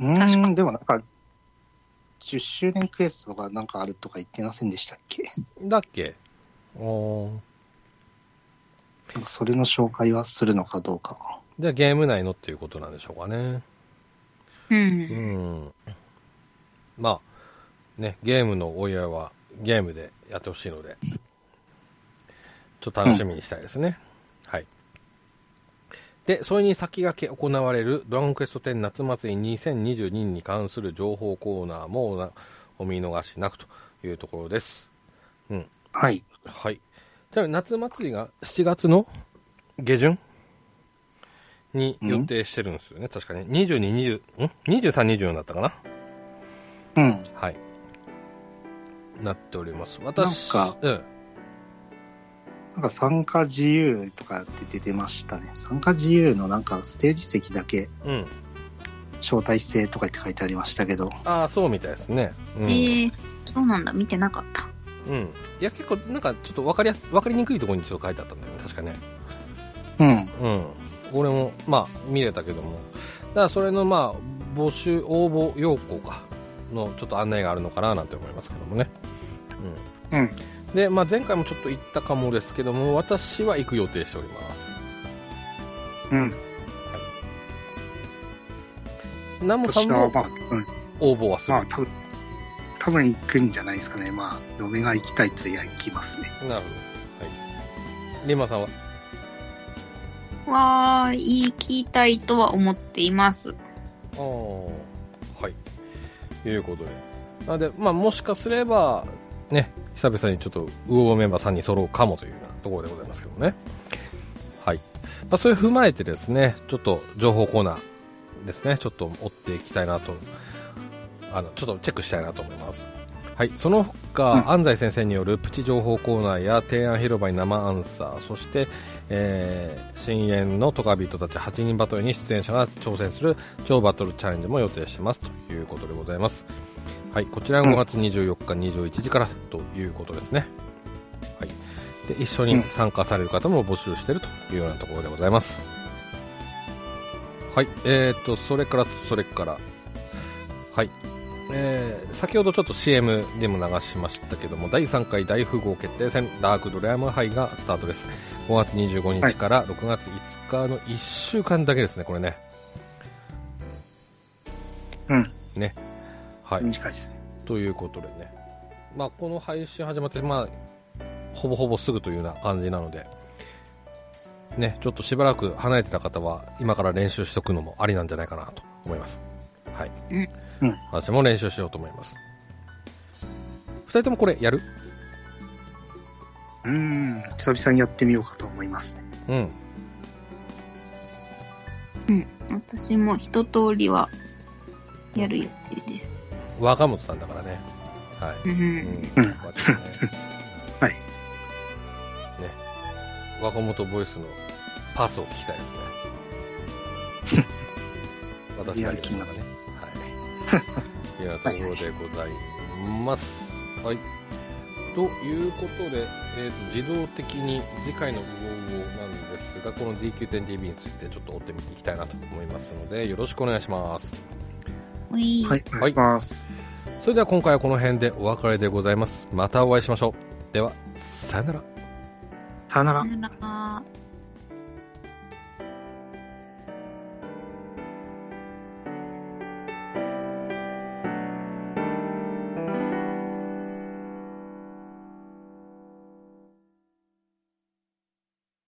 Speaker 2: う
Speaker 3: 確
Speaker 2: ーん、でもなんか、10周年クエストがなんかあるとか言ってませんでしたっけ
Speaker 1: だっけおー
Speaker 2: なんかそれの紹介はするのかどうかは。
Speaker 1: じゃあゲーム内のっていうことなんでしょうかね。う
Speaker 3: う。
Speaker 1: んん。まあ、ね、ゲームのお祝いはゲームでやってほしいので、ちょっと楽しみにしたいですね。はい。で、それに先駆け行われるドラゴンクエスト10夏祭り2022に関する情報コーナーもおなお見逃しなくというところです。
Speaker 2: はい。
Speaker 1: はい。じゃあ夏祭りが7月の下旬に予定してるんですよね。確かに。22、20、ん ?23、24だったかな
Speaker 2: うん。
Speaker 1: はい。なっております。私、
Speaker 2: なんか
Speaker 1: うん。
Speaker 2: なんか参加自由とかって出てましたね。参加自由のなんかステージ席だけ
Speaker 1: うん。
Speaker 2: 招待制とかって書いてありましたけど。
Speaker 1: ああ、そうみたいですね。うん。
Speaker 3: えー、そうなんだ。見てなかった。
Speaker 1: うん、いや、結構、なんか、ちょっと分かりやす、分かりにくいところにちょっと書いてあったんだよね。確かね。
Speaker 2: うん。
Speaker 1: うん。俺も、まあ、見れたけども。だから、それの、まあ、募集、応募要項か。の、ちょっと案内があるのかな、なんて思いますけどもね。
Speaker 2: うん。
Speaker 1: うん。で、まあ、前回もちょっと行ったかもですけども、私は行く予定しております。
Speaker 2: うん。
Speaker 1: ナモさん
Speaker 2: 私は
Speaker 1: も
Speaker 2: まあ、うん。
Speaker 1: 応募はする
Speaker 2: ま。あ、多分、多分行くんじゃないですかね。まあ、嫁が行きたいとりあえず行きますね。
Speaker 1: なるほど。はい。リンマさんは
Speaker 3: わー、行きたいとは思っています。
Speaker 1: ああはいいうことでなので、まあ、もしかすればね久々にちょっとウオウオメンバー3人揃うかもというようなところでございますけどねはい、まあ、それを踏まえてですねちょっと情報コーナーですねちょっと追っていきたいなとあのちょっとチェックしたいなと思いますはい、その他、
Speaker 2: うん
Speaker 1: 安西先生によるプチ情報コーナーや提案広場に生アンサーそして、えー、深淵のトカビ人たち8人バトルに出演者が挑戦する超バトルチャレンジも予定してますということでございます。はい、こちらが5月24日21時からということですね。はい。で、一緒に参加される方も募集しているというようなところでございます。はい、えーと、それから、それから、はい。えー先ほどちょっと CM でも流しましたけども、第3回大富豪決定戦、ダークドレアム杯がスタートです。5月25日から6月5日の1週間だけですね、これね。
Speaker 2: うん。
Speaker 1: はい。
Speaker 2: 短いですね。
Speaker 1: ということでね、まあ、この配信始まって、まあ、ほぼほぼすぐというような感じなので、ね、ちょっとしばらく離れてた方は、今から練習しとくのもありなんじゃないかなと思います。はい。
Speaker 2: うんうん
Speaker 1: 私も練習しようと思います。二人ともこれやる
Speaker 2: うーん。久々にやってみようかと思いますね。
Speaker 1: うん。
Speaker 3: 私も一通りはやる予定です。
Speaker 1: 若本さんだからね。はい。
Speaker 3: う。
Speaker 1: うんん
Speaker 2: うん
Speaker 1: まあちょっとね
Speaker 2: はい
Speaker 1: ね。若元ボイスのパスを聞きたいですね。 [LAUGHS] 私だけですからね。はい。いうようなところでございます。はい、ということで、えーと自動的に次回のウォウォなんですが、この DQ10TV についてちょっと追っていきたいなと思いますので、よろしくお願いします。
Speaker 3: おい
Speaker 2: はい、お願いします。
Speaker 1: それでは今回はこの辺でお別れでございます。またお会いしましょう。では、さよなら。
Speaker 2: さよなら
Speaker 3: さ。よなら